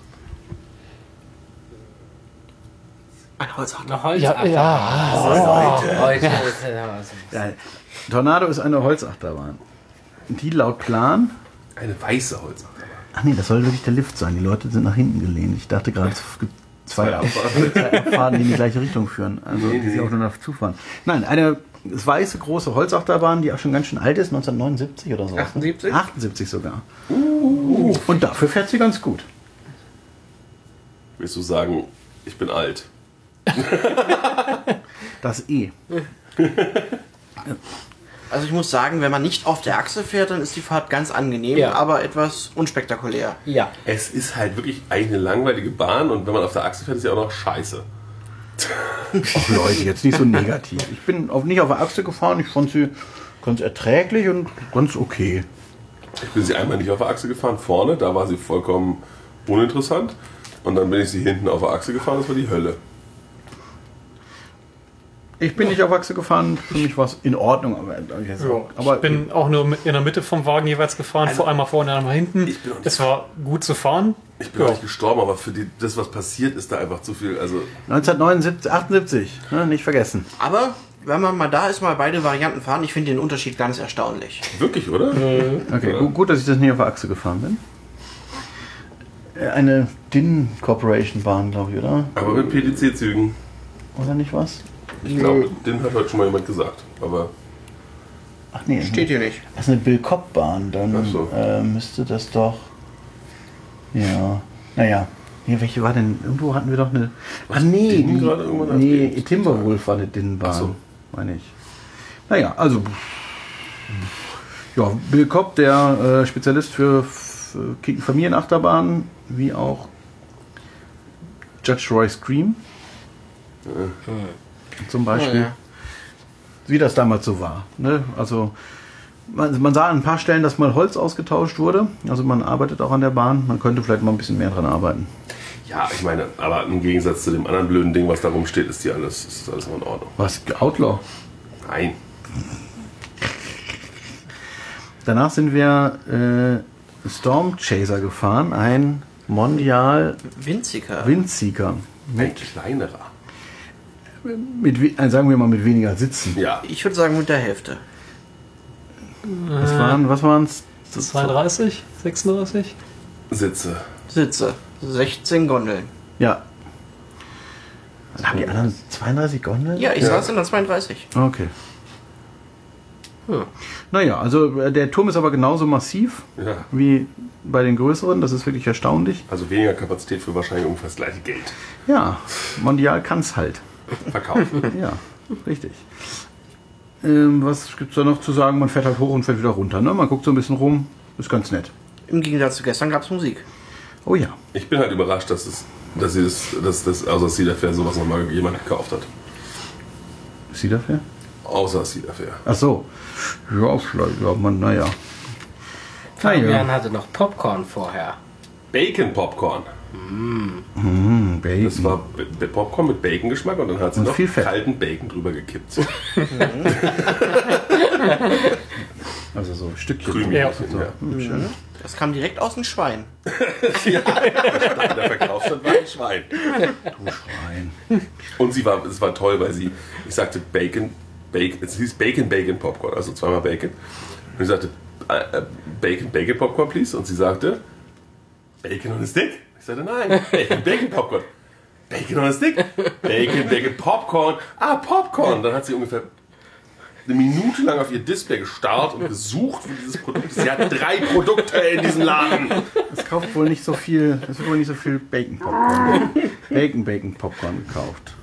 [SPEAKER 5] Ein Holzachterbahn.
[SPEAKER 3] Eine Holzachterbahn. Heute ist es-
[SPEAKER 1] Ja, Tornado ist eine Holzachterbahn. Die laut Plan.
[SPEAKER 2] Eine weiße Holzachterbahn.
[SPEAKER 1] Ach nee, das soll wirklich der Lift sein. Die Leute sind nach hinten gelehnt. Ich dachte gerade, es gibt *laughs* zwei Abfahrten, die in die gleiche Richtung führen. Also
[SPEAKER 2] Nee,
[SPEAKER 1] die sich
[SPEAKER 2] nee.
[SPEAKER 1] auch nur nach zufahren. Nein, eine weiße große Holzachterbahn, die auch schon ganz schön alt ist, 1979 oder so.
[SPEAKER 5] 78?
[SPEAKER 1] 78 sogar. Und dafür fährt sie ganz gut.
[SPEAKER 2] Willst du sagen, ich bin alt?
[SPEAKER 1] Das E.
[SPEAKER 5] Also ich muss sagen, wenn man nicht auf der Achse fährt, dann ist die Fahrt ganz angenehm,
[SPEAKER 3] Ja.
[SPEAKER 5] aber etwas unspektakulär.
[SPEAKER 3] Ja.
[SPEAKER 2] Es ist halt wirklich eine langweilige Bahn und wenn man auf der Achse fährt, ist sie auch noch scheiße.
[SPEAKER 1] Ach Leute, jetzt nicht so negativ. Ich bin auf, nicht auf der Achse gefahren. Ich fand sie ganz erträglich und ganz okay.
[SPEAKER 2] Ich bin sie einmal nicht auf der Achse gefahren, vorne, da war sie vollkommen uninteressant. Und dann bin ich sie hinten auf der Achse gefahren, das war die Hölle.
[SPEAKER 1] Ich bin nicht auf Achse gefahren, für mich war es in Ordnung. Aber, aber
[SPEAKER 4] ich bin auch nur mit- in der Mitte vom Wagen jeweils gefahren, vor einmal vorne, einmal hinten.
[SPEAKER 2] Ich bin auch nicht-
[SPEAKER 4] Es war gut zu fahren.
[SPEAKER 2] Ich bin auch nicht gestorben, aber für die, das, was passiert, ist da einfach zu viel. Also,
[SPEAKER 1] 1979, 78, ne, nicht vergessen.
[SPEAKER 5] Aber wenn man mal da ist, mal beide Varianten fahren, ich finde den Unterschied ganz erstaunlich.
[SPEAKER 2] wirklich, oder?
[SPEAKER 1] Okay, gu- gut, dass ich das nicht auf der Achse gefahren bin. Äh, Eine DIN Corporation Bahn, glaube ich, oder?
[SPEAKER 2] Aber mit PDC-Zügen.
[SPEAKER 1] Oder nicht was?
[SPEAKER 2] Ich glaube, den hat heute schon mal jemand gesagt. Aber
[SPEAKER 1] Ach nee,
[SPEAKER 5] Steht hier nicht.
[SPEAKER 1] das ist eine Bill Cobb Bahn, dann
[SPEAKER 2] Ach so.
[SPEAKER 1] äh, müsste das doch. Ja, naja. Ja, welche war denn? Irgendwo hatten wir doch eine. Ah nee,
[SPEAKER 2] DIN
[SPEAKER 1] die,
[SPEAKER 2] gerade irgendwann
[SPEAKER 1] nee
[SPEAKER 2] erwähnt?
[SPEAKER 1] Timberwolf war eine DIN Bahn,
[SPEAKER 2] Ach so.
[SPEAKER 1] meine ich. Naja, also ja, Bill Kopp, der äh, Spezialist für, für Ki- Familienachterbahnen, wie auch Judge Roy Scream zum Beispiel.
[SPEAKER 5] Oh, ja.
[SPEAKER 1] Wie das damals so war. Ne? Also man, man sah an ein paar Stellen, dass mal Holz ausgetauscht wurde. Also man arbeitet auch an der Bahn. Man könnte vielleicht mal ein bisschen mehr dran arbeiten.
[SPEAKER 2] ja, ich meine, aber im Gegensatz zu dem anderen blöden Ding, was da rumsteht, ist die alles, ist alles noch in Ordnung.
[SPEAKER 1] Was? Outlaw?
[SPEAKER 2] Nein.
[SPEAKER 1] Danach sind wir äh, Storm Chaser gefahren, ein Mondial
[SPEAKER 5] Winziger.
[SPEAKER 1] Windseeker.
[SPEAKER 2] Ein kleinerer.
[SPEAKER 1] Mit, we- äh, sagen wir mal mit weniger Sitzen.
[SPEAKER 2] Ja.
[SPEAKER 5] ich würde sagen mit der Hälfte.
[SPEAKER 1] Was waren was waren's? Mhm. Das
[SPEAKER 4] 32, 36?
[SPEAKER 2] Sitze.
[SPEAKER 5] Sitze. 16 Gondeln.
[SPEAKER 1] Ja. Also haben die anderen 32 Gondeln?
[SPEAKER 5] Ja, ich
[SPEAKER 2] Ja.
[SPEAKER 5] saß in der 32.
[SPEAKER 1] Okay. Naja, also äh, der Turm ist aber genauso massiv
[SPEAKER 2] Ja.
[SPEAKER 1] wie bei den größeren. Das ist wirklich erstaunlich.
[SPEAKER 2] Also weniger Kapazität für wahrscheinlich ungefähr das gleiche Geld.
[SPEAKER 1] Ja, Mondial kann es halt.
[SPEAKER 2] Verkauf. *laughs*
[SPEAKER 1] Ja, richtig. Ähm, was gibt es da noch zu sagen? Man fährt halt hoch und fährt wieder runter. Ne? Man guckt so ein bisschen rum. Ist ganz nett.
[SPEAKER 5] Im Gegensatz zu gestern gab es Musik.
[SPEAKER 1] Oh ja.
[SPEAKER 2] ich bin halt überrascht, dass es, dass sie das, dass das, außer Cedar Fair sowas nochmal jemand gekauft hat.
[SPEAKER 1] Ist sie dafür?
[SPEAKER 2] Außer Cedar Fair.
[SPEAKER 1] Ach so. Ja, vielleicht. Ja, man, naja.
[SPEAKER 3] Fabian
[SPEAKER 1] Naja.
[SPEAKER 3] hatte noch Popcorn vorher.
[SPEAKER 2] Bacon Popcorn.
[SPEAKER 1] Hm, Bacon.
[SPEAKER 2] Das war B B Popcorn mit Bacon-Geschmack und dann hat sie
[SPEAKER 1] Und
[SPEAKER 2] noch
[SPEAKER 1] viel Fett.
[SPEAKER 2] kalten Bacon drüber *laughs* gekippt.
[SPEAKER 1] also so ein Stückchen.
[SPEAKER 2] Krümel.
[SPEAKER 4] Ja.
[SPEAKER 2] Ja.
[SPEAKER 5] Das kam direkt aus dem Schwein.
[SPEAKER 2] In der Verkaufsstand war ein Schwein.
[SPEAKER 1] Schwein.
[SPEAKER 2] Und sie war, es war toll, weil sie, ich sagte Bacon, Bacon, es hieß Bacon, Bacon Popcorn, also zweimal Bacon. Und ich sagte äh, äh, Bacon, Bacon Popcorn, please. Und sie sagte Bacon on a Stick. Ich sagte nein, Bacon, Bacon Popcorn. Bacon on a Stick, Bacon, Bacon Popcorn. Ah, Popcorn. Dann hat sie ungefähr eine Minute lang auf ihr Display gestarrt und gesucht für dieses Produkt. Sie hat drei Produkte in diesem Laden.
[SPEAKER 1] Es kauft wohl nicht so viel, es wird wohl nicht so viel Bacon Popcorn. Bacon Bacon Popcorn gekauft.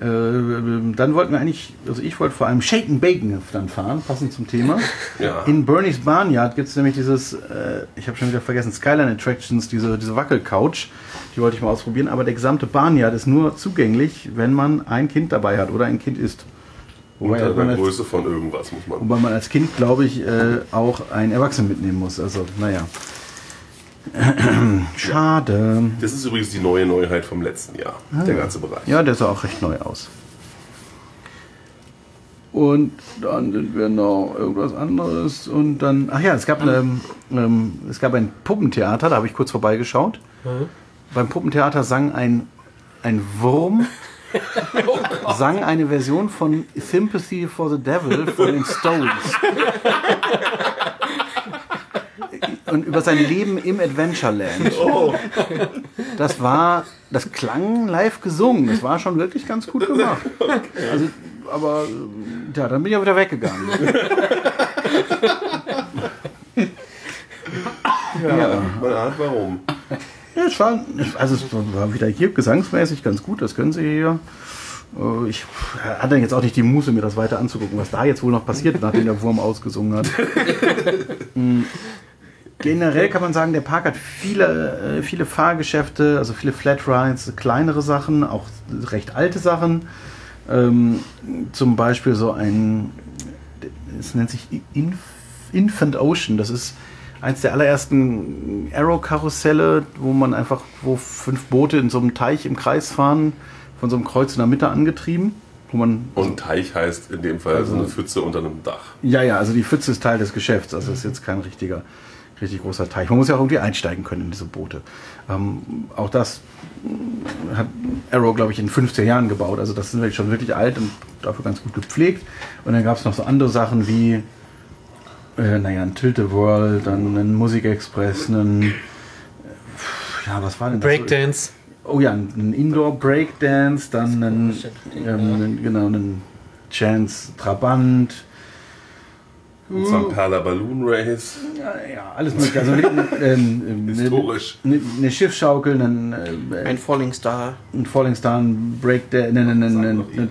[SPEAKER 1] Äh, dann wollten wir eigentlich, also ich wollte vor allem Shaken Bacon dann fahren, passend zum Thema.
[SPEAKER 2] Ja.
[SPEAKER 1] In Bernie's Barnyard gibt es nämlich dieses, äh, ich habe schon wieder vergessen, Skyline Attractions, diese, diese Wackelcouch. Die wollte ich mal ausprobieren, aber der gesamte Barnyard ist nur zugänglich, wenn man ein Kind dabei hat oder ein Kind ist. Wobei,
[SPEAKER 2] Unter
[SPEAKER 1] man
[SPEAKER 2] der
[SPEAKER 1] als,
[SPEAKER 2] Größe von irgendwas muss man.
[SPEAKER 1] wobei man als Kind, glaube ich, äh, auch einen Erwachsenen mitnehmen muss. Also, naja. *clears throat* Schade.
[SPEAKER 2] Das ist übrigens die neue Neuheit vom letzten Jahr, der ganze Bereich.
[SPEAKER 1] Ah. Ja, der sah auch recht neu aus. Und dann sind wir noch irgendwas anderes und dann. Ach ja, es gab,
[SPEAKER 2] Ah.
[SPEAKER 1] eine, ähm, es gab ein Puppentheater, da habe ich kurz vorbeigeschaut.
[SPEAKER 2] Hm.
[SPEAKER 1] Beim Puppentheater sang ein, ein
[SPEAKER 2] *laughs*
[SPEAKER 1] Wurm.
[SPEAKER 2] Oh
[SPEAKER 1] sang eine Version von Sympathy for the Devil von den
[SPEAKER 2] *laughs*
[SPEAKER 1] Stones. Und über sein Leben im Adventureland. Das war, das klang live gesungen. Das war schon wirklich ganz gut gemacht. Also, aber äh, ja, dann bin ich ja wieder weggegangen. ja.
[SPEAKER 2] Man ahnt warum.
[SPEAKER 1] ja, es war, also es war wieder hier gesangsmäßig ganz gut. Das können Sie hier. Äh, Ich hatte jetzt auch nicht die Muße, mir das weiter anzugucken, was da jetzt wohl noch passiert, nachdem der Wurm ausgesungen hat. Generell kann man sagen, der Park hat viele, äh, viele Fahrgeschäfte, also viele Flatrides, kleinere Sachen, auch recht alte Sachen. Ähm, zum Beispiel so ein, es nennt sich Inf Infant Ocean, das ist eins der allerersten Arrow-Karusselle, wo man einfach, wo fünf Boote in so einem Teich im Kreis fahren, von so einem Kreuz in der Mitte angetrieben, wo man
[SPEAKER 2] Und Teich heißt in dem Fall so eine Pfütze unter einem Dach.
[SPEAKER 1] ja, ja, also die Pfütze ist Teil des Geschäfts. Also ist jetzt kein richtiger, richtig großer Teich. Man muss ja auch irgendwie einsteigen können in diese Boote. Ähm, auch das mh, hat Arrow, glaube ich, in 15 Jahren gebaut. Also das sind wirklich schon wirklich alt und dafür ganz gut gepflegt. Und dann gab es noch so andere Sachen wie, äh, naja, ein Tilte World, dann einen Musikexpress, einen, äh, ja, was war denn das?
[SPEAKER 4] Breakdance.
[SPEAKER 1] Oh ja, ein Indoor Breakdance, dann ein, ähm, einen- genau, einen Chance Trabant.
[SPEAKER 2] Und zwar Perla Balloon Race.
[SPEAKER 1] Ja, ja, alles mögliche. Also mit, mit, ähm, ähm,
[SPEAKER 2] Historisch.
[SPEAKER 1] Eine, eine Schiffschaukel, einen, äh,
[SPEAKER 5] Ein Falling Star.
[SPEAKER 1] einen Falling Star, einen Break, der, einen, einen, einen, einen,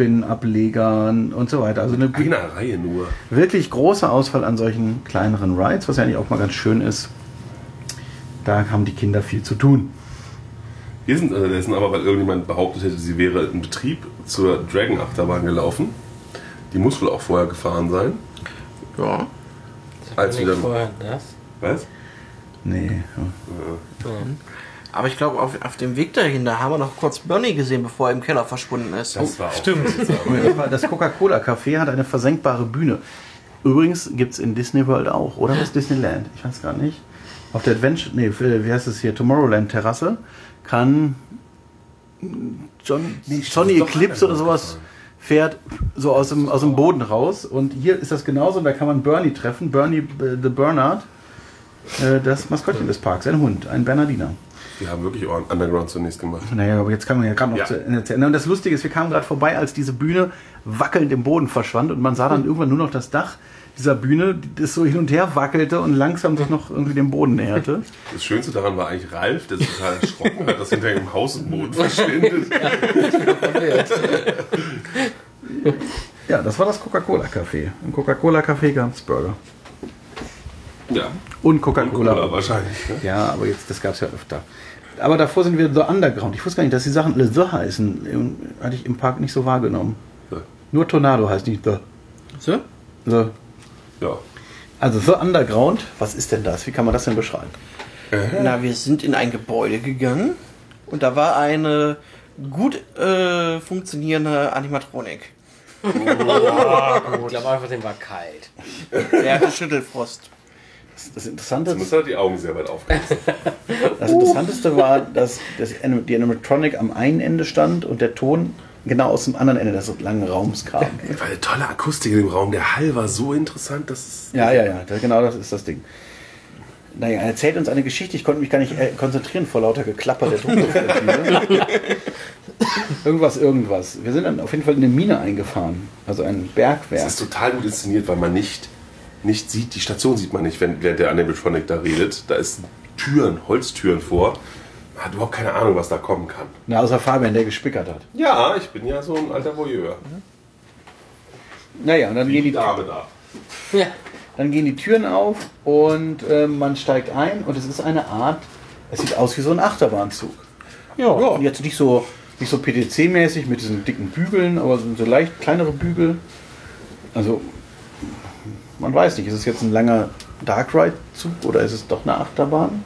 [SPEAKER 1] Topspin-Ableger und so weiter. Also eine
[SPEAKER 2] Einer Reihe nur.
[SPEAKER 1] wirklich große Auswahl an solchen kleineren Rides, was ja eigentlich auch mal ganz schön ist. Da haben die Kinder viel zu tun.
[SPEAKER 2] Wir sind unterdessen aber, weil irgendjemand behauptet hätte, sie wäre im Betrieb zur Dragon Achterbahn gelaufen. Die muss wohl auch vorher gefahren sein.
[SPEAKER 5] Ja.
[SPEAKER 2] Als wir
[SPEAKER 3] Nicht ne?
[SPEAKER 2] dann.
[SPEAKER 3] vorher das.
[SPEAKER 2] Was?
[SPEAKER 1] Nee.
[SPEAKER 5] Aber ich glaube, auf, auf dem Weg dahin, da haben wir noch kurz Bernie gesehen, bevor er im Keller verschwunden ist.
[SPEAKER 2] Das war auch
[SPEAKER 4] Stimmt.
[SPEAKER 1] ja. Das Coca-Cola-Café hat eine versenkbare Bühne. Übrigens gibt es in Disney World auch, oder was Disneyland? Ich weiß gar nicht. Auf der Adventure, nee, wie heißt es hier? Tomorrowland Terrasse kann John, Johnny
[SPEAKER 2] doch
[SPEAKER 1] Eclipse
[SPEAKER 2] einer
[SPEAKER 1] oder sowas fährt so aus dem, aus dem Boden raus. Und hier ist das genauso und da kann man Bernie treffen. Bernie, äh, the Bernard, äh, das Maskottchen des Parks, ein Hund, ein Bernardiner.
[SPEAKER 2] Die haben wirklich Ohren- Underground zunächst gemacht.
[SPEAKER 1] Naja, aber jetzt kann man ja gerade noch
[SPEAKER 2] Ja.
[SPEAKER 1] zu Ende erzählen. Und das Lustige ist, wir kamen gerade vorbei, als diese Bühne wackelnd im Boden verschwand und man sah dann irgendwann nur noch das Dach dieser Bühne, das so hin und her wackelte und langsam sich noch irgendwie dem Boden näherte.
[SPEAKER 2] Das Schönste daran war eigentlich Ralf, der sich total erschrocken hat, dass hinter ihm Haus und Boden verschwindet.
[SPEAKER 1] *laughs*
[SPEAKER 3] *laughs*
[SPEAKER 1] Ja, das war das Coca-Cola-Café. Im Coca-Cola-Café gab es Burger.
[SPEAKER 2] Ja,
[SPEAKER 1] Und
[SPEAKER 2] Cola
[SPEAKER 1] Coca-Cola.
[SPEAKER 2] wahrscheinlich. Ne?
[SPEAKER 1] Ja, aber jetzt, das gab es ja öfter. Aber davor sind wir The Underground. Ich wusste gar nicht, dass die Sachen alle The heißen. Ähm, Hatte ich im Park nicht so wahrgenommen.
[SPEAKER 2] So,
[SPEAKER 1] Nur Tornado heißt nicht The.
[SPEAKER 5] Oh, So?
[SPEAKER 1] The.
[SPEAKER 2] Ja.
[SPEAKER 1] Also The Underground, was ist denn das? Wie kann man das denn beschreiben?
[SPEAKER 5] Na, wir sind in ein Gebäude gegangen und da war eine gut äh, funktionierende Animatronik.
[SPEAKER 3] Ich glaube einfach, dem war kalt.
[SPEAKER 2] *laughs*
[SPEAKER 5] Der hatte Schüttelfrost.
[SPEAKER 1] Das Interessante,
[SPEAKER 2] Du musst halt die Augen sehr weit aufkriegen. *laughs*
[SPEAKER 1] das Interessanteste war, dass das, Anim- die Animatronic am einen Ende stand und der Ton genau aus dem anderen Ende des langen Raums *laughs* kam.
[SPEAKER 2] War eine tolle Akustik in dem Raum. Der Hall war so interessant, dass es.
[SPEAKER 1] Ja, ja, ja, da- genau das ist das Ding. Naja, er erzählt uns eine Geschichte. Ich konnte mich gar nicht äh, konzentrieren vor lauter Geklapper der Druckluftmaschine. *laughs* Irgendwas, irgendwas. Wir sind dann auf jeden Fall in eine Mine eingefahren. Also ein Bergwerk.
[SPEAKER 2] Es ist total gut inszeniert, weil man nicht, nicht sieht, die Station sieht man nicht, wenn, während der Animatronic da redet. Da ist Türen, Holztüren vor. Man hat überhaupt keine Ahnung, was da kommen kann.
[SPEAKER 1] Na, außer Fabian, der gespickert hat.
[SPEAKER 2] Ja, ich bin ja so ein alter Voyeur.
[SPEAKER 1] Naja, und dann gehen
[SPEAKER 2] Die
[SPEAKER 1] die,
[SPEAKER 2] Dame da.
[SPEAKER 3] Ja.
[SPEAKER 1] dann gehen die Türen auf und äh, man steigt ein und es ist eine Art, es sieht aus wie so ein Achterbahnzug.
[SPEAKER 4] Ja.
[SPEAKER 1] Und jetzt nicht so, nicht so PTC-mäßig mit diesen dicken Bügeln, aber so so leicht kleinere Bügel. Also, man weiß nicht, ist es jetzt ein langer Dark Ride-Zug oder ist es doch eine Achterbahn?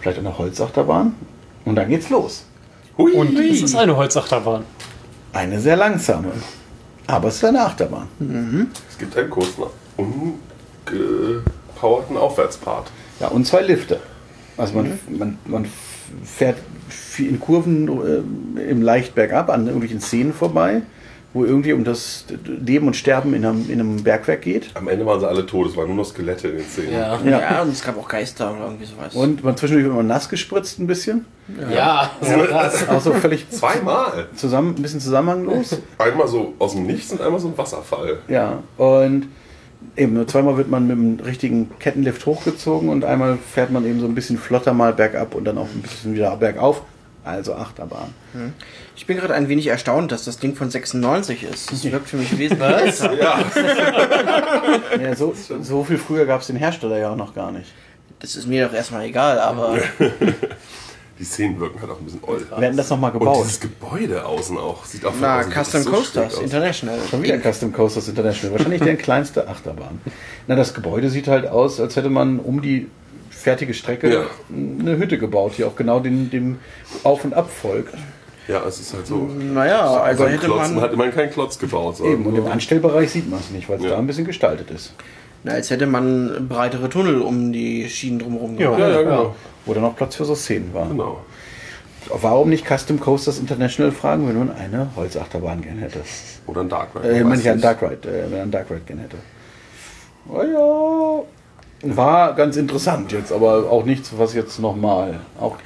[SPEAKER 1] Vielleicht auch eine Holzachterbahn? Und dann geht's los.
[SPEAKER 2] Hui.
[SPEAKER 4] Und es ist eine Holzachterbahn.
[SPEAKER 1] Eine sehr langsame. Aber es ist eine Achterbahn.
[SPEAKER 2] Es gibt einen kurzen, ungepowerten Aufwärtspart.
[SPEAKER 1] Ja, und zwei Lifte. Also man, man, man fährt viel in Kurven äh, im leicht bergab an irgendwelchen Szenen vorbei, wo irgendwie um das Leben und Sterben in einem, in einem Bergwerk geht.
[SPEAKER 2] Am Ende waren sie alle tot, es waren nur noch Skelette in den Szenen.
[SPEAKER 3] Ja.
[SPEAKER 5] Ja. ja, und es gab auch Geister oder irgendwie sowas.
[SPEAKER 1] Und man zwischendurch wird man nass gespritzt ein bisschen.
[SPEAKER 3] Ja. so krass.
[SPEAKER 1] Auch so völlig
[SPEAKER 2] *laughs*
[SPEAKER 1] *laughs*
[SPEAKER 2] Zweimal.
[SPEAKER 1] zusammen, ein bisschen zusammenhanglos.
[SPEAKER 2] Einmal so aus dem Nichts und einmal so ein Wasserfall.
[SPEAKER 1] Ja. Und eben nur zweimal wird man mit dem richtigen Kettenlift hochgezogen und einmal fährt man eben so ein bisschen flotter mal bergab und dann auch ein bisschen wieder bergauf. Also Achterbahn.
[SPEAKER 5] Ich bin gerade ein wenig erstaunt, dass das Ding von 96 ist. Das wirkt für
[SPEAKER 2] *laughs*
[SPEAKER 5] mich wesentlich besser.
[SPEAKER 2] Ja,
[SPEAKER 1] Ja, so, so viel früher gab es den Hersteller ja auch noch gar nicht.
[SPEAKER 5] Das ist mir doch erstmal egal, aber
[SPEAKER 2] die Szenen wirken halt auch ein bisschen oll.
[SPEAKER 1] Wir hätten das nochmal
[SPEAKER 2] Und
[SPEAKER 1] gebaut.
[SPEAKER 2] dieses Gebäude außen auch sieht auch
[SPEAKER 5] na,
[SPEAKER 2] außen Also,
[SPEAKER 5] Custom
[SPEAKER 2] so
[SPEAKER 5] Coasters
[SPEAKER 2] schräg aus.
[SPEAKER 5] International.
[SPEAKER 1] Schon wieder Custom Coasters International. Wahrscheinlich deren kleinste Achterbahn. Na, das Gebäude sieht halt aus, als hätte man um die fertige Strecke
[SPEAKER 2] Ja.
[SPEAKER 1] eine Hütte gebaut, die auch genau dem, dem Auf- und Ab folgt.
[SPEAKER 2] Ja, es ist halt so.
[SPEAKER 5] Naja, also
[SPEAKER 2] Beim
[SPEAKER 5] hätte
[SPEAKER 2] Klotzen
[SPEAKER 5] man,
[SPEAKER 2] hat man keinen Klotz gebaut. sondern
[SPEAKER 1] Eben, und im Anstellbereich sieht man es nicht, weil es
[SPEAKER 2] Also- Ja.
[SPEAKER 1] da ein bisschen gestaltet ist.
[SPEAKER 5] na, als hätte man breitere Tunnel um die Schienen drumherum gemacht.
[SPEAKER 2] Ja, ja, genau.
[SPEAKER 1] Wo dann auch Platz für so Szenen war.
[SPEAKER 2] genau.
[SPEAKER 1] Warum nicht Custom Coasters International fragen, wenn man eine Holzachterbahn gern hätte?
[SPEAKER 2] Oder ein Dark
[SPEAKER 1] Äh,
[SPEAKER 2] Ride.
[SPEAKER 1] ich
[SPEAKER 2] man
[SPEAKER 1] meine,
[SPEAKER 2] weiß
[SPEAKER 1] ich einen
[SPEAKER 2] nicht.
[SPEAKER 1] Dark Ride, äh, wenn er einen Dark Ride gern hätte. Oh ja. War ganz interessant jetzt, aber auch nichts, was jetzt nochmal. Auch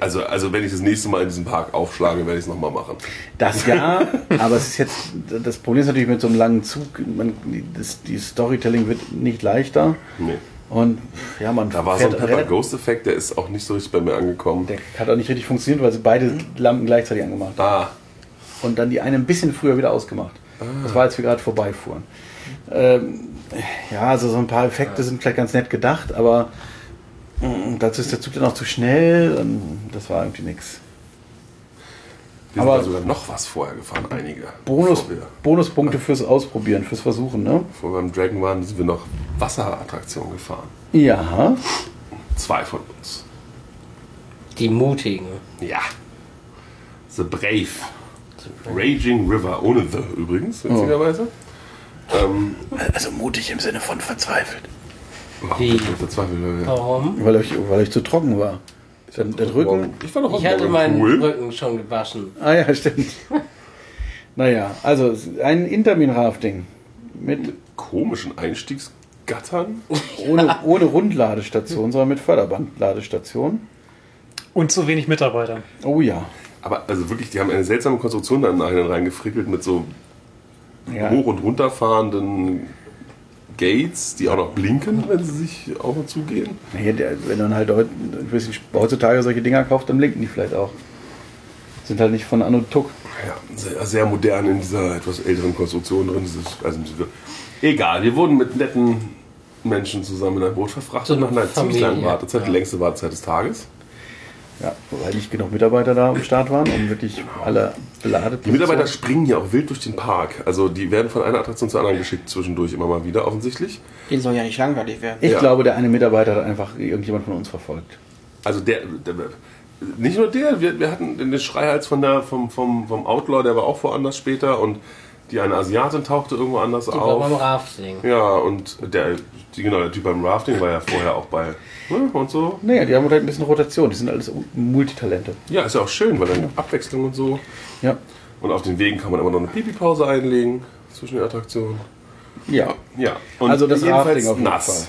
[SPEAKER 2] Also, also, wenn ich das nächste Mal in diesem Park aufschlage, werde ich es nochmal machen. *laughs*
[SPEAKER 1] das ja, aber es ist jetzt. Das Problem ist natürlich mit so einem langen Zug, man, das, die Storytelling wird nicht leichter.
[SPEAKER 2] Nee.
[SPEAKER 1] Und ja, man
[SPEAKER 2] Da war so ein
[SPEAKER 1] fährt
[SPEAKER 2] Pepper
[SPEAKER 1] relativ-
[SPEAKER 2] Ghost-Effekt, der ist auch nicht so richtig bei mir angekommen.
[SPEAKER 1] Der hat auch nicht richtig funktioniert, weil sie beide Lampen gleichzeitig angemacht haben.
[SPEAKER 2] Ah,
[SPEAKER 1] Und dann die eine ein bisschen früher wieder ausgemacht. Das war, als wir gerade vorbeifuhren. Ähm, ja, also so ein paar Effekte sind vielleicht ganz nett gedacht, aber mm, dazu ist der Zug dann auch zu schnell. Und das war irgendwie nix.
[SPEAKER 2] wir
[SPEAKER 1] Aber-
[SPEAKER 2] sind da sogar noch was vorher gefahren, einige.
[SPEAKER 1] Bonus,
[SPEAKER 2] Bevor wir,
[SPEAKER 1] Bonuspunkte fürs Ausprobieren, fürs Versuchen, ne?
[SPEAKER 2] bevor wir beim Dragon waren, sind wir noch Wasserattraktionen gefahren.
[SPEAKER 1] Ja.
[SPEAKER 2] Zwei von uns.
[SPEAKER 3] Die Mutigen.
[SPEAKER 2] Ja. The Brave. Raging River, ohne The übrigens,
[SPEAKER 3] Oh.
[SPEAKER 2] witzigerweise. Ähm,
[SPEAKER 1] Also mutig im Sinne von verzweifelt.
[SPEAKER 2] warum
[SPEAKER 3] Wie? Oh.
[SPEAKER 2] bin ich verzweifelt? Ja.
[SPEAKER 3] Warum?
[SPEAKER 1] Weil ich, weil ich zu trocken war. Der, der Rücken.
[SPEAKER 2] Ich war doch
[SPEAKER 3] Ich
[SPEAKER 2] heute
[SPEAKER 3] hatte
[SPEAKER 2] Morgen
[SPEAKER 3] meinen
[SPEAKER 2] cool.
[SPEAKER 3] Rücken schon gewaschen.
[SPEAKER 1] Ah ja,
[SPEAKER 2] *laughs*
[SPEAKER 1] stimmt. naja, also ein Intermin-Rafting. Mit
[SPEAKER 2] Komischen Einstiegsgattern.
[SPEAKER 1] ohne, ohne Rundladestation, sondern mit Förderbandladestation.
[SPEAKER 4] Und zu wenig Mitarbeitern.
[SPEAKER 1] Oh ja.
[SPEAKER 2] Aber also wirklich, die haben eine seltsame Konstruktion da im Nachhinein reingefrickelt mit so
[SPEAKER 1] ja.
[SPEAKER 2] hoch- und runterfahrenden Gates, die auch noch blinken, wenn sie sich auf und zu gehen.
[SPEAKER 1] Naja, der, wenn man halt heut, ein bisschen sp- heutzutage solche Dinger kauft, dann blinken die vielleicht auch. Sind halt nicht von Anno Tuck.
[SPEAKER 2] Ja, sehr, sehr modern in dieser etwas älteren Konstruktion drin. Das ist, also, egal, wir wurden mit netten Menschen zusammen in ein Boot verfrachtet
[SPEAKER 3] So
[SPEAKER 2] und nach einer
[SPEAKER 3] eine
[SPEAKER 2] ziemlich langen
[SPEAKER 3] Familie,
[SPEAKER 2] Wartezeit, die längste Wartezeit des Tages.
[SPEAKER 1] Ja, weil nicht genug Mitarbeiter da am Start waren, um wirklich alle beladet
[SPEAKER 2] Die Mitarbeiter springen hier auch wild durch den Park. Also die werden von einer Attraktion zur anderen geschickt, zwischendurch immer mal wieder offensichtlich.
[SPEAKER 5] Den soll ja nicht langweilig werden.
[SPEAKER 1] Ich
[SPEAKER 2] Ja.
[SPEAKER 1] glaube, der eine Mitarbeiter hat einfach irgendjemand von uns verfolgt.
[SPEAKER 2] Also der, der nicht nur der, wir, wir hatten den Schreihals von der, vom, vom, vom Outlaw, der war auch woanders später und die eine Asiatin tauchte irgendwo anders
[SPEAKER 3] Die war beim
[SPEAKER 2] auf.
[SPEAKER 3] Rafting.
[SPEAKER 2] Ja, und der, die- genau, der Typ beim Rafting war ja vorher auch bei ne, und so.
[SPEAKER 1] Naja, die haben halt ein bisschen Rotation. Die sind alles Multitalente.
[SPEAKER 2] Ja, ist ja auch schön, weil dann Abwechslung und so.
[SPEAKER 1] Ja.
[SPEAKER 2] Und auf den Wegen kann man immer noch eine Pipi-Pause einlegen zwischen den Attraktionen.
[SPEAKER 1] Ja.
[SPEAKER 2] Ja, und
[SPEAKER 1] Also das
[SPEAKER 2] jedenfalls
[SPEAKER 1] Rafting auf jeden
[SPEAKER 2] nass.
[SPEAKER 1] Fall.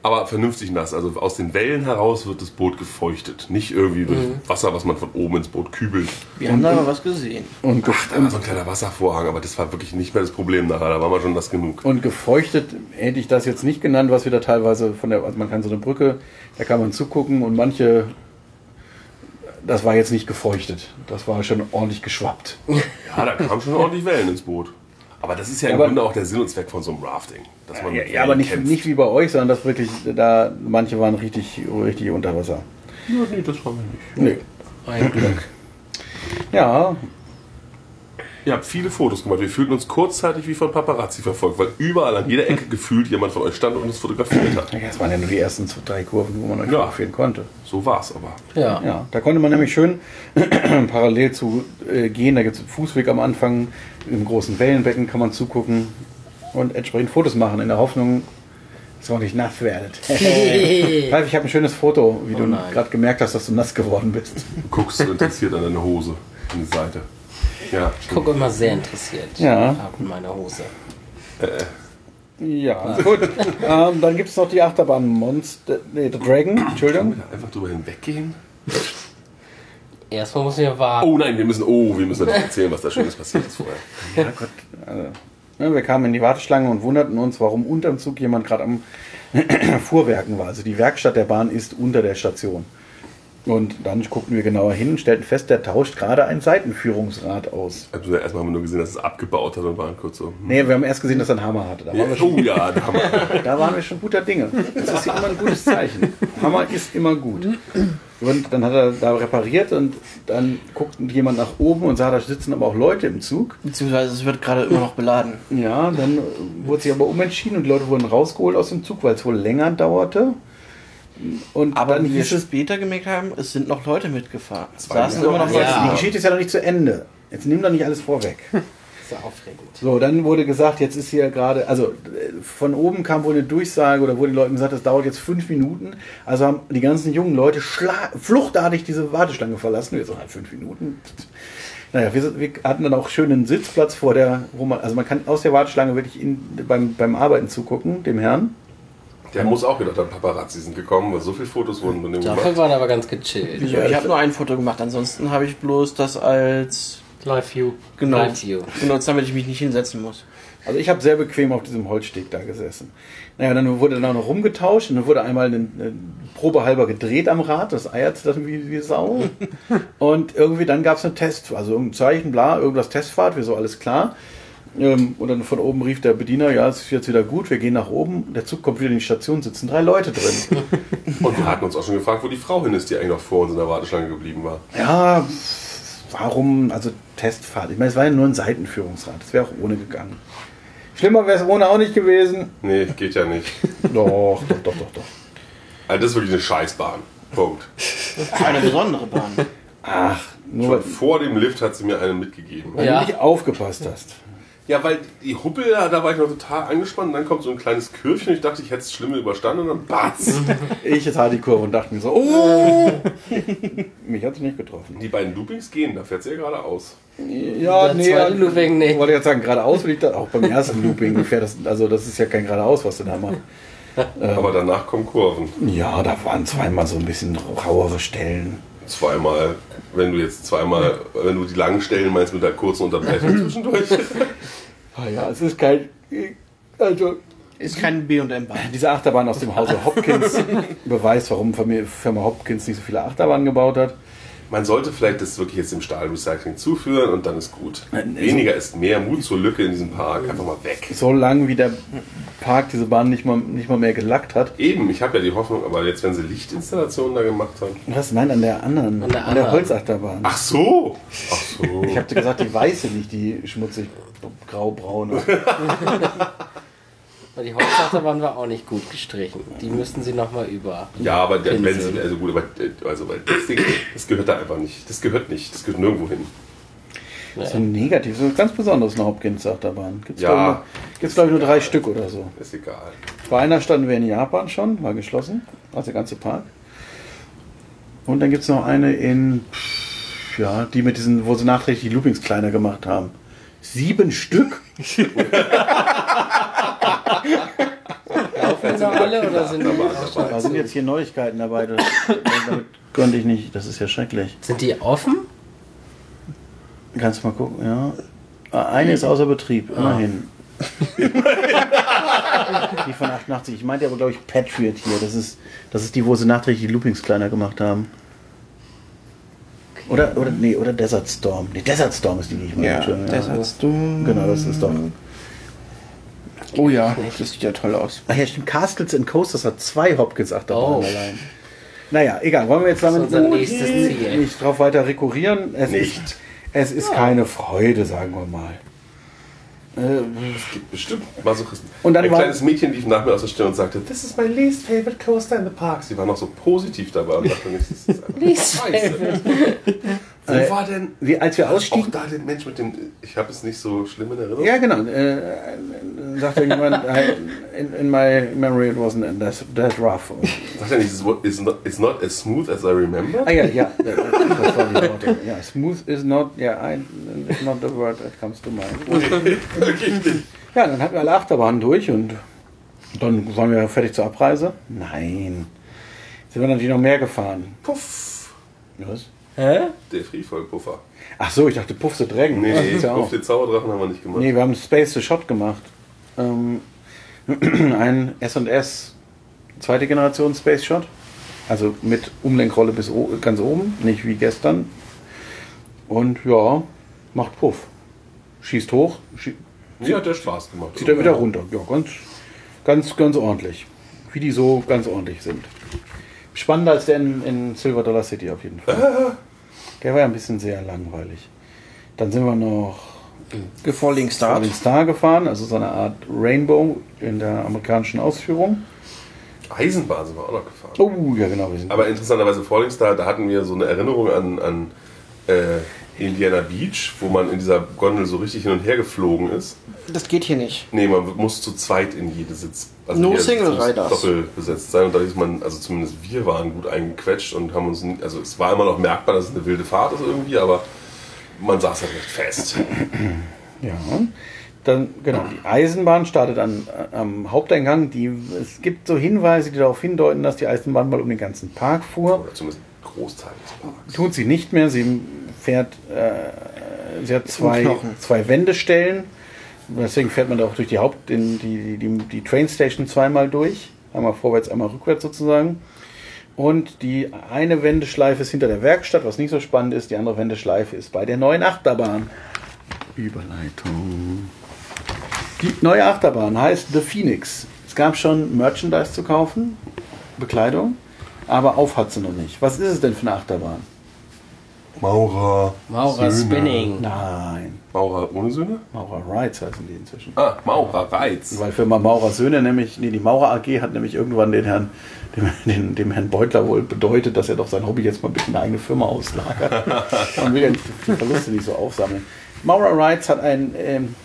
[SPEAKER 2] Aber vernünftig nass. Also aus den Wellen heraus wird das Boot gefeuchtet. Nicht irgendwie durch
[SPEAKER 1] Mhm.
[SPEAKER 2] Wasser, was man von oben ins Boot kübelt.
[SPEAKER 5] Wir haben da mal was gesehen.
[SPEAKER 1] Und, ge
[SPEAKER 2] Da war so ein kleiner Wasservorhang, aber das war wirklich nicht mehr das Problem nachher. Da war man schon nass genug.
[SPEAKER 1] und gefeuchtet hätte ich das jetzt nicht genannt, was wir da teilweise von der, also man kann so eine Brücke, da kann man zugucken und manche, das war jetzt nicht gefeuchtet. Das war schon ordentlich geschwappt.
[SPEAKER 2] Ja, da kamen schon ordentlich Wellen ins Boot. Aber das ist ja im
[SPEAKER 1] Aber-
[SPEAKER 2] Grunde auch der Sinn und Zweck von so einem Rafting. Dass man
[SPEAKER 1] Ja,
[SPEAKER 2] mit
[SPEAKER 1] ja, aber
[SPEAKER 2] Wellen
[SPEAKER 1] nicht,
[SPEAKER 2] kämpft.
[SPEAKER 1] nicht wie bei euch, sondern dass wirklich da manche waren richtig, richtig unter Wasser.
[SPEAKER 2] Ja, nee, das war mir nicht.
[SPEAKER 1] Nee.
[SPEAKER 3] Ein Glück.
[SPEAKER 1] Ja,
[SPEAKER 2] Ihr habt viele Fotos gemacht. Wir fühlten uns kurzzeitig wie von Paparazzi verfolgt, weil überall an jeder Ecke *laughs* gefühlt jemand von euch stand und uns fotografiert hat.
[SPEAKER 1] das waren ja nur die ersten zwei, drei Kurven, wo man euch
[SPEAKER 2] Ja.
[SPEAKER 1] fotografieren konnte.
[SPEAKER 2] So war's aber.
[SPEAKER 3] *laughs* Ja.
[SPEAKER 1] Ja, da konnte man nämlich schön *clears throat* parallel zu äh, gehen. Da gibt es einen Fußweg am Anfang. Im großen Wellenbecken kann man zugucken und entsprechend Fotos machen, in der Hoffnung, dass man nicht nass
[SPEAKER 3] *laughs*
[SPEAKER 1] werdet. Ralf, ich habe ein schönes Foto, wie du
[SPEAKER 3] Oh nein.
[SPEAKER 1] gerade gemerkt hast, dass du nass geworden bist.
[SPEAKER 2] Du guckst so interessiert an deine Hose, an die Seite. Ja,
[SPEAKER 3] Ich gucke immer sehr interessiert.
[SPEAKER 1] Ja.
[SPEAKER 3] Ab in meiner Hose.
[SPEAKER 1] Ja, gut. ähm, dann gibt es noch die Achterbahn Monster, nee, The Dragon, Entschuldigung.
[SPEAKER 2] einfach drüber hinweggehen.
[SPEAKER 3] Erstmal muss ich ja warten.
[SPEAKER 2] Oh nein, wir müssen, oh, wir müssen natürlich erzählen, was da Schönes passiert ist vorher.
[SPEAKER 1] Ne, wir kamen in die Warteschlange und wunderten uns, warum unterm Zug jemand gerade am *clears throat* Fuhrwerken war. Also die Werkstatt der Bahn ist unter der Station. Und dann guckten wir genauer hin und stellten fest, der tauscht gerade ein Seitenführungsrad aus.
[SPEAKER 2] Also erstmal haben wir nur gesehen, dass es abgebaut hat und waren kurz so. hm.
[SPEAKER 1] Nee, wir haben erst gesehen, dass er einen Hammer hatte. Da waren wir schon,
[SPEAKER 2] Oh ja, da haben wir.
[SPEAKER 1] da waren wir schon guter Dinge. Das ist ja immer ein gutes Zeichen. Hammer ist immer gut. Und dann hat er da repariert und dann guckte jemand nach oben und sah, da sitzen aber auch Leute im Zug.
[SPEAKER 5] Beziehungsweise es wird gerade immer noch beladen.
[SPEAKER 1] Ja, dann wurde sich aber umentschieden und die Leute wurden rausgeholt aus dem Zug, weil es wohl länger dauerte. Und
[SPEAKER 5] Aber
[SPEAKER 1] dann
[SPEAKER 5] wie wir
[SPEAKER 1] hieß es,
[SPEAKER 5] später gemerkt haben, es sind noch Leute mitgefahren. Es
[SPEAKER 2] war
[SPEAKER 5] saßen
[SPEAKER 2] ja
[SPEAKER 5] immer noch
[SPEAKER 1] Ja.
[SPEAKER 5] Leute.
[SPEAKER 1] die Geschichte ist ja noch nicht zu Ende. Jetzt nimm doch nicht alles vorweg.
[SPEAKER 3] Das ist ja aufregend.
[SPEAKER 1] So, dann wurde gesagt, jetzt ist hier gerade, also äh, von oben kam wohl eine Durchsage oder wurde den Leuten gesagt, das dauert jetzt fünf Minuten. Also haben die ganzen jungen Leute schla- fluchtartig diese Warteschlange verlassen. Wir so, halt fünf Minuten. Naja, wir, sind- wir hatten dann auch schönen Sitzplatz vor der, wo man, also man kann aus der Warteschlange wirklich in, beim, beim Arbeiten zugucken, dem Herrn.
[SPEAKER 2] Der muss auch gedacht haben, Paparazzi sind gekommen, weil so viele Fotos wurden von dem
[SPEAKER 3] Dafür
[SPEAKER 2] gemacht.
[SPEAKER 3] waren aber ganz gechillt.
[SPEAKER 5] Ich, ich habe nur ein Foto gemacht, ansonsten habe ich bloß das als
[SPEAKER 4] Live-View.
[SPEAKER 5] genau
[SPEAKER 3] Live View.
[SPEAKER 5] benutzt, damit ich mich nicht hinsetzen muss.
[SPEAKER 1] Also ich habe sehr bequem auf diesem Holzsteg da gesessen. Naja, dann wurde dann auch noch rumgetauscht und dann wurde einmal ein, ein probehalber gedreht am Rad, das eiert dann wie, wie *laughs* Sau. Und irgendwie dann gab es einen Test, also irgendein Zeichen, bla, irgendwas Testfahrt, wir so, alles klar. Ähm, und dann von oben rief der Bediener, ja, es ist jetzt wieder gut, wir gehen nach oben. Der Zug kommt wieder in die Station, sitzen drei Leute *laughs* drin.
[SPEAKER 2] Und wir hatten uns auch schon gefragt, wo die Frau hin ist, die eigentlich noch vor uns in der Warteschlange geblieben war.
[SPEAKER 1] ja, warum, also Testfahrt. Ich meine, es war ja nur ein Seitenführungsrad, das wäre auch ohne gegangen. Schlimmer wäre es ohne auch nicht gewesen.
[SPEAKER 2] Nee, geht ja nicht.
[SPEAKER 1] Doch, doch, doch, doch, doch.
[SPEAKER 2] Also das ist wirklich eine Scheißbahn. Punkt.
[SPEAKER 5] Eine besondere Bahn.
[SPEAKER 1] Ach, nur
[SPEAKER 2] Schon
[SPEAKER 1] weil,
[SPEAKER 2] vor dem Lift hat sie mir eine mitgegeben.
[SPEAKER 1] weil
[SPEAKER 3] Ja.
[SPEAKER 1] du nicht aufgepasst hast.
[SPEAKER 2] Ja, weil die Huppel, da da war ich noch total angespannt. Und dann kommt so ein kleines Kürfchen. Ich dachte, ich hätte es schlimm überstanden. Und dann batz.
[SPEAKER 1] Ich jetzt hatte die Kurve und dachte mir so, *laughs* oh! Mich hat es nicht getroffen.
[SPEAKER 2] die beiden Loopings gehen. Da fährt sie ja geradeaus.
[SPEAKER 1] Ja,
[SPEAKER 3] Der zweite Looping nicht.
[SPEAKER 1] also Wollte ich jetzt sagen, geradeaus will ich da, auch beim ersten Looping fährt das, also das ist ja kein geradeaus, was du da machst.
[SPEAKER 2] Aber danach kommen Kurven.
[SPEAKER 1] Ja, da waren zweimal so ein bisschen rauere Stellen.
[SPEAKER 2] Zweimal, wenn du jetzt zweimal, wenn du die langen Stellen meinst mit der kurzen Unterbrechung zwischendurch.
[SPEAKER 1] Ah ja, es ist kein. Also,
[SPEAKER 5] Ist kein B&M-Bahn.
[SPEAKER 1] diese Achterbahn aus dem *laughs* Hause Hopkins beweist, warum Firma Firma Hopkins nicht so viele Achterbahnen gebaut hat.
[SPEAKER 2] Man sollte vielleicht das wirklich jetzt dem Stahlrecycling zuführen und dann ist gut. Weniger ist mehr Mut zur Lücke in diesem Park. Einfach mal weg.
[SPEAKER 1] So lange, wie der Park diese Bahn nicht mal, nicht mal mehr gelackt hat.
[SPEAKER 2] Eben, ich habe ja die Hoffnung, aber jetzt, wenn sie Lichtinstallationen da gemacht haben.
[SPEAKER 1] Was? Nein, an der anderen. An
[SPEAKER 3] der
[SPEAKER 1] der,
[SPEAKER 3] anderen.
[SPEAKER 1] Holzachterbahn.
[SPEAKER 2] Ach so! Ach so.
[SPEAKER 1] Ich habe gesagt, die weiße, nicht die schmutzig graubraune.
[SPEAKER 3] Weil die Hauptachterbahn war auch nicht gut gestrichen. Die müssten sie nochmal über.
[SPEAKER 2] Ja, aber der, wenn sie,
[SPEAKER 3] Pinsel.
[SPEAKER 2] also gut, aber äh, also, weil das Ding, das gehört da einfach nicht. Das gehört nicht. Das gehört nirgendwo hin.
[SPEAKER 1] So negativ, so ganz besonderes eine Hopkins-Achterbahn. Gibt's
[SPEAKER 2] Ja.
[SPEAKER 1] glaube ich, nur- gibt's, glaub ich nur drei Stück oder so.
[SPEAKER 2] Ist egal.
[SPEAKER 1] Bei einer standen wir in Japan schon, war geschlossen, also der ganze Park. Und dann gibt es noch eine in, pff, ja, die mit diesen, wo sie nachträglich die Loopings kleiner gemacht haben. Sieben Stück?
[SPEAKER 3] Laufen da alle oder sind die,
[SPEAKER 2] Achterbahn
[SPEAKER 1] Da sind jetzt hier Neuigkeiten dabei. Das, damit konnte ich nicht, das ist ja schrecklich.
[SPEAKER 3] sind die offen?
[SPEAKER 1] Kannst du mal gucken, ja. Ah, Eine ist außer Betrieb,
[SPEAKER 3] Ah. *laughs*
[SPEAKER 1] immerhin. die von 88. Ich meinte aber, glaube ich, Patriot hier. Das ist, das ist die, wo sie nachträglich die Loopings kleiner gemacht haben. Oder, oder, nee, oder Desert Storm. Nee, Desert Storm ist die, die ich meine.
[SPEAKER 5] Ja,
[SPEAKER 1] Entschuldigung,
[SPEAKER 5] das hast du.
[SPEAKER 1] Genau, das ist doch.
[SPEAKER 5] Oh ja, das sieht ja toll aus.
[SPEAKER 1] Ach ja, stimmt. Castles and Coasters hat zwei Hopkins-Achterbahnen
[SPEAKER 3] Oh.
[SPEAKER 1] allein. Naja, egal. Wollen wir jetzt damit
[SPEAKER 3] unser nächstes Ziel.
[SPEAKER 1] nicht drauf weiter rekurrieren? Es Ist,
[SPEAKER 2] Nicht.
[SPEAKER 1] es ist keine Freude, sagen wir mal. Äh,
[SPEAKER 2] Bestimmt Masochisten.
[SPEAKER 1] Und dann
[SPEAKER 2] Ein
[SPEAKER 1] war-
[SPEAKER 2] kleines Mädchen lief nach mir aus der Stirn und sagte, This is my least favorite coaster in the park. Sie war noch so positiv dabei und dachte, das ist einfach scheiße. Wo war denn
[SPEAKER 1] Äh, Wie, als wir ausstiegen,
[SPEAKER 2] auch da der Mensch mit dem, ich habe es nicht so schlimm in Erinnerung.
[SPEAKER 1] Ja, genau. Äh, sagte
[SPEAKER 2] *laughs*
[SPEAKER 1] jemand, I, in, in my memory it wasn't that, that rough.
[SPEAKER 2] Sagt er nicht, it's what- it's not, it's not as smooth as I remember?
[SPEAKER 1] Ah ja,
[SPEAKER 2] *laughs*
[SPEAKER 1] ja. Das war die Worte. Ja, smooth is not, yeah, I, is not the word that comes to mind.
[SPEAKER 2] *laughs*
[SPEAKER 1] Ja, dann hatten wir alle Achterbahnen durch und dann waren wir fertig zur Abreise. Nein. Sind wir natürlich noch mehr gefahren.
[SPEAKER 2] Puff.
[SPEAKER 1] Was?
[SPEAKER 3] Hä?
[SPEAKER 2] Der Freefall-Puffer.
[SPEAKER 1] Ach so, ich dachte Puff the Dragon.
[SPEAKER 2] Nee,
[SPEAKER 1] Das ist ja
[SPEAKER 2] auf
[SPEAKER 1] auch.
[SPEAKER 2] den Zauberdrachen haben wir nicht gemacht.
[SPEAKER 1] Nee, wir haben Space to Shot gemacht. Ähm, *clears throat* ein S&S zweite Generation Space Shot. Also mit Umlenkrolle bis o ganz oben, nicht wie gestern. Und ja, macht Puff. Schießt hoch, schie
[SPEAKER 2] Mir hat der Spaß gemacht.
[SPEAKER 1] zieht er wieder runter. Ja, ganz, ganz, ganz ordentlich. Wie die so ganz ordentlich sind. Spannender als der in, in Silver Dollar City auf jeden Fall. Der war ja ein bisschen sehr langweilig. Dann sind wir noch
[SPEAKER 5] Falling Start.
[SPEAKER 1] Falling Star gefahren, also so eine Art Rainbow in der amerikanischen Ausführung.
[SPEAKER 2] Eisenbahn sind wir auch noch gefahren.
[SPEAKER 1] Oh, ja genau, wir sind.
[SPEAKER 2] Aber interessanterweise Falling Star, da hatten wir so eine Erinnerung an, an äh, Indiana Beach, wo man in dieser Gondel so richtig hin und her geflogen ist.
[SPEAKER 5] Das geht hier nicht.
[SPEAKER 2] Nee, man muss zu zweit in jede Sitz. Also
[SPEAKER 5] No
[SPEAKER 2] jeder Sitz
[SPEAKER 5] single
[SPEAKER 2] muss
[SPEAKER 5] riders.
[SPEAKER 2] Doppelt besetzt sein. Und da ist man, also zumindest wir waren gut eingequetscht und haben uns, n- also es war immer noch merkbar, dass es eine wilde Fahrt ist irgendwie, aber man saß halt recht fest.
[SPEAKER 1] Ja. Dann, genau, die Eisenbahn startet an, am Haupteingang. Die, es gibt so Hinweise, die darauf hindeuten, dass die Eisenbahn mal um den ganzen Park fuhr.
[SPEAKER 2] Oder zumindest ein Großteil des Parks.
[SPEAKER 1] Tut sie nicht mehr. Sie fährt, äh, sie hat zwei, zwei Wendestellen. Deswegen fährt man da auch durch die Haupt, in die, die, die, die Train Station zweimal durch. Einmal vorwärts, einmal rückwärts sozusagen. Und die eine Wendeschleife ist hinter der Werkstatt, was nicht so spannend ist. Die andere Wendeschleife ist bei der neuen Achterbahn. Überleitung. Die neue Achterbahn heißt The Phoenix. Es gab schon Merchandise zu kaufen, Bekleidung, aber auf hat sie noch nicht. Was ist es denn für eine Achterbahn?
[SPEAKER 2] Maurer.
[SPEAKER 3] Maurer Spinning.
[SPEAKER 1] Nein,
[SPEAKER 2] Maurer ohne Söhne?
[SPEAKER 1] Maurer Rides heißen die inzwischen.
[SPEAKER 2] Ah, Maurer Reiz.
[SPEAKER 1] Weil Firma Maurer Söhne nämlich, nee, die Maurer AG hat nämlich irgendwann den Herrn, dem, *laughs* den, dem Herrn Beutler wohl bedeutet, dass er doch sein Hobby jetzt mal bitte in eine eigene Firma
[SPEAKER 2] *laughs*
[SPEAKER 1] auslagert. Man will ja nicht, die Verluste nicht so aufsammeln. Maurer Rides hat einen ähm,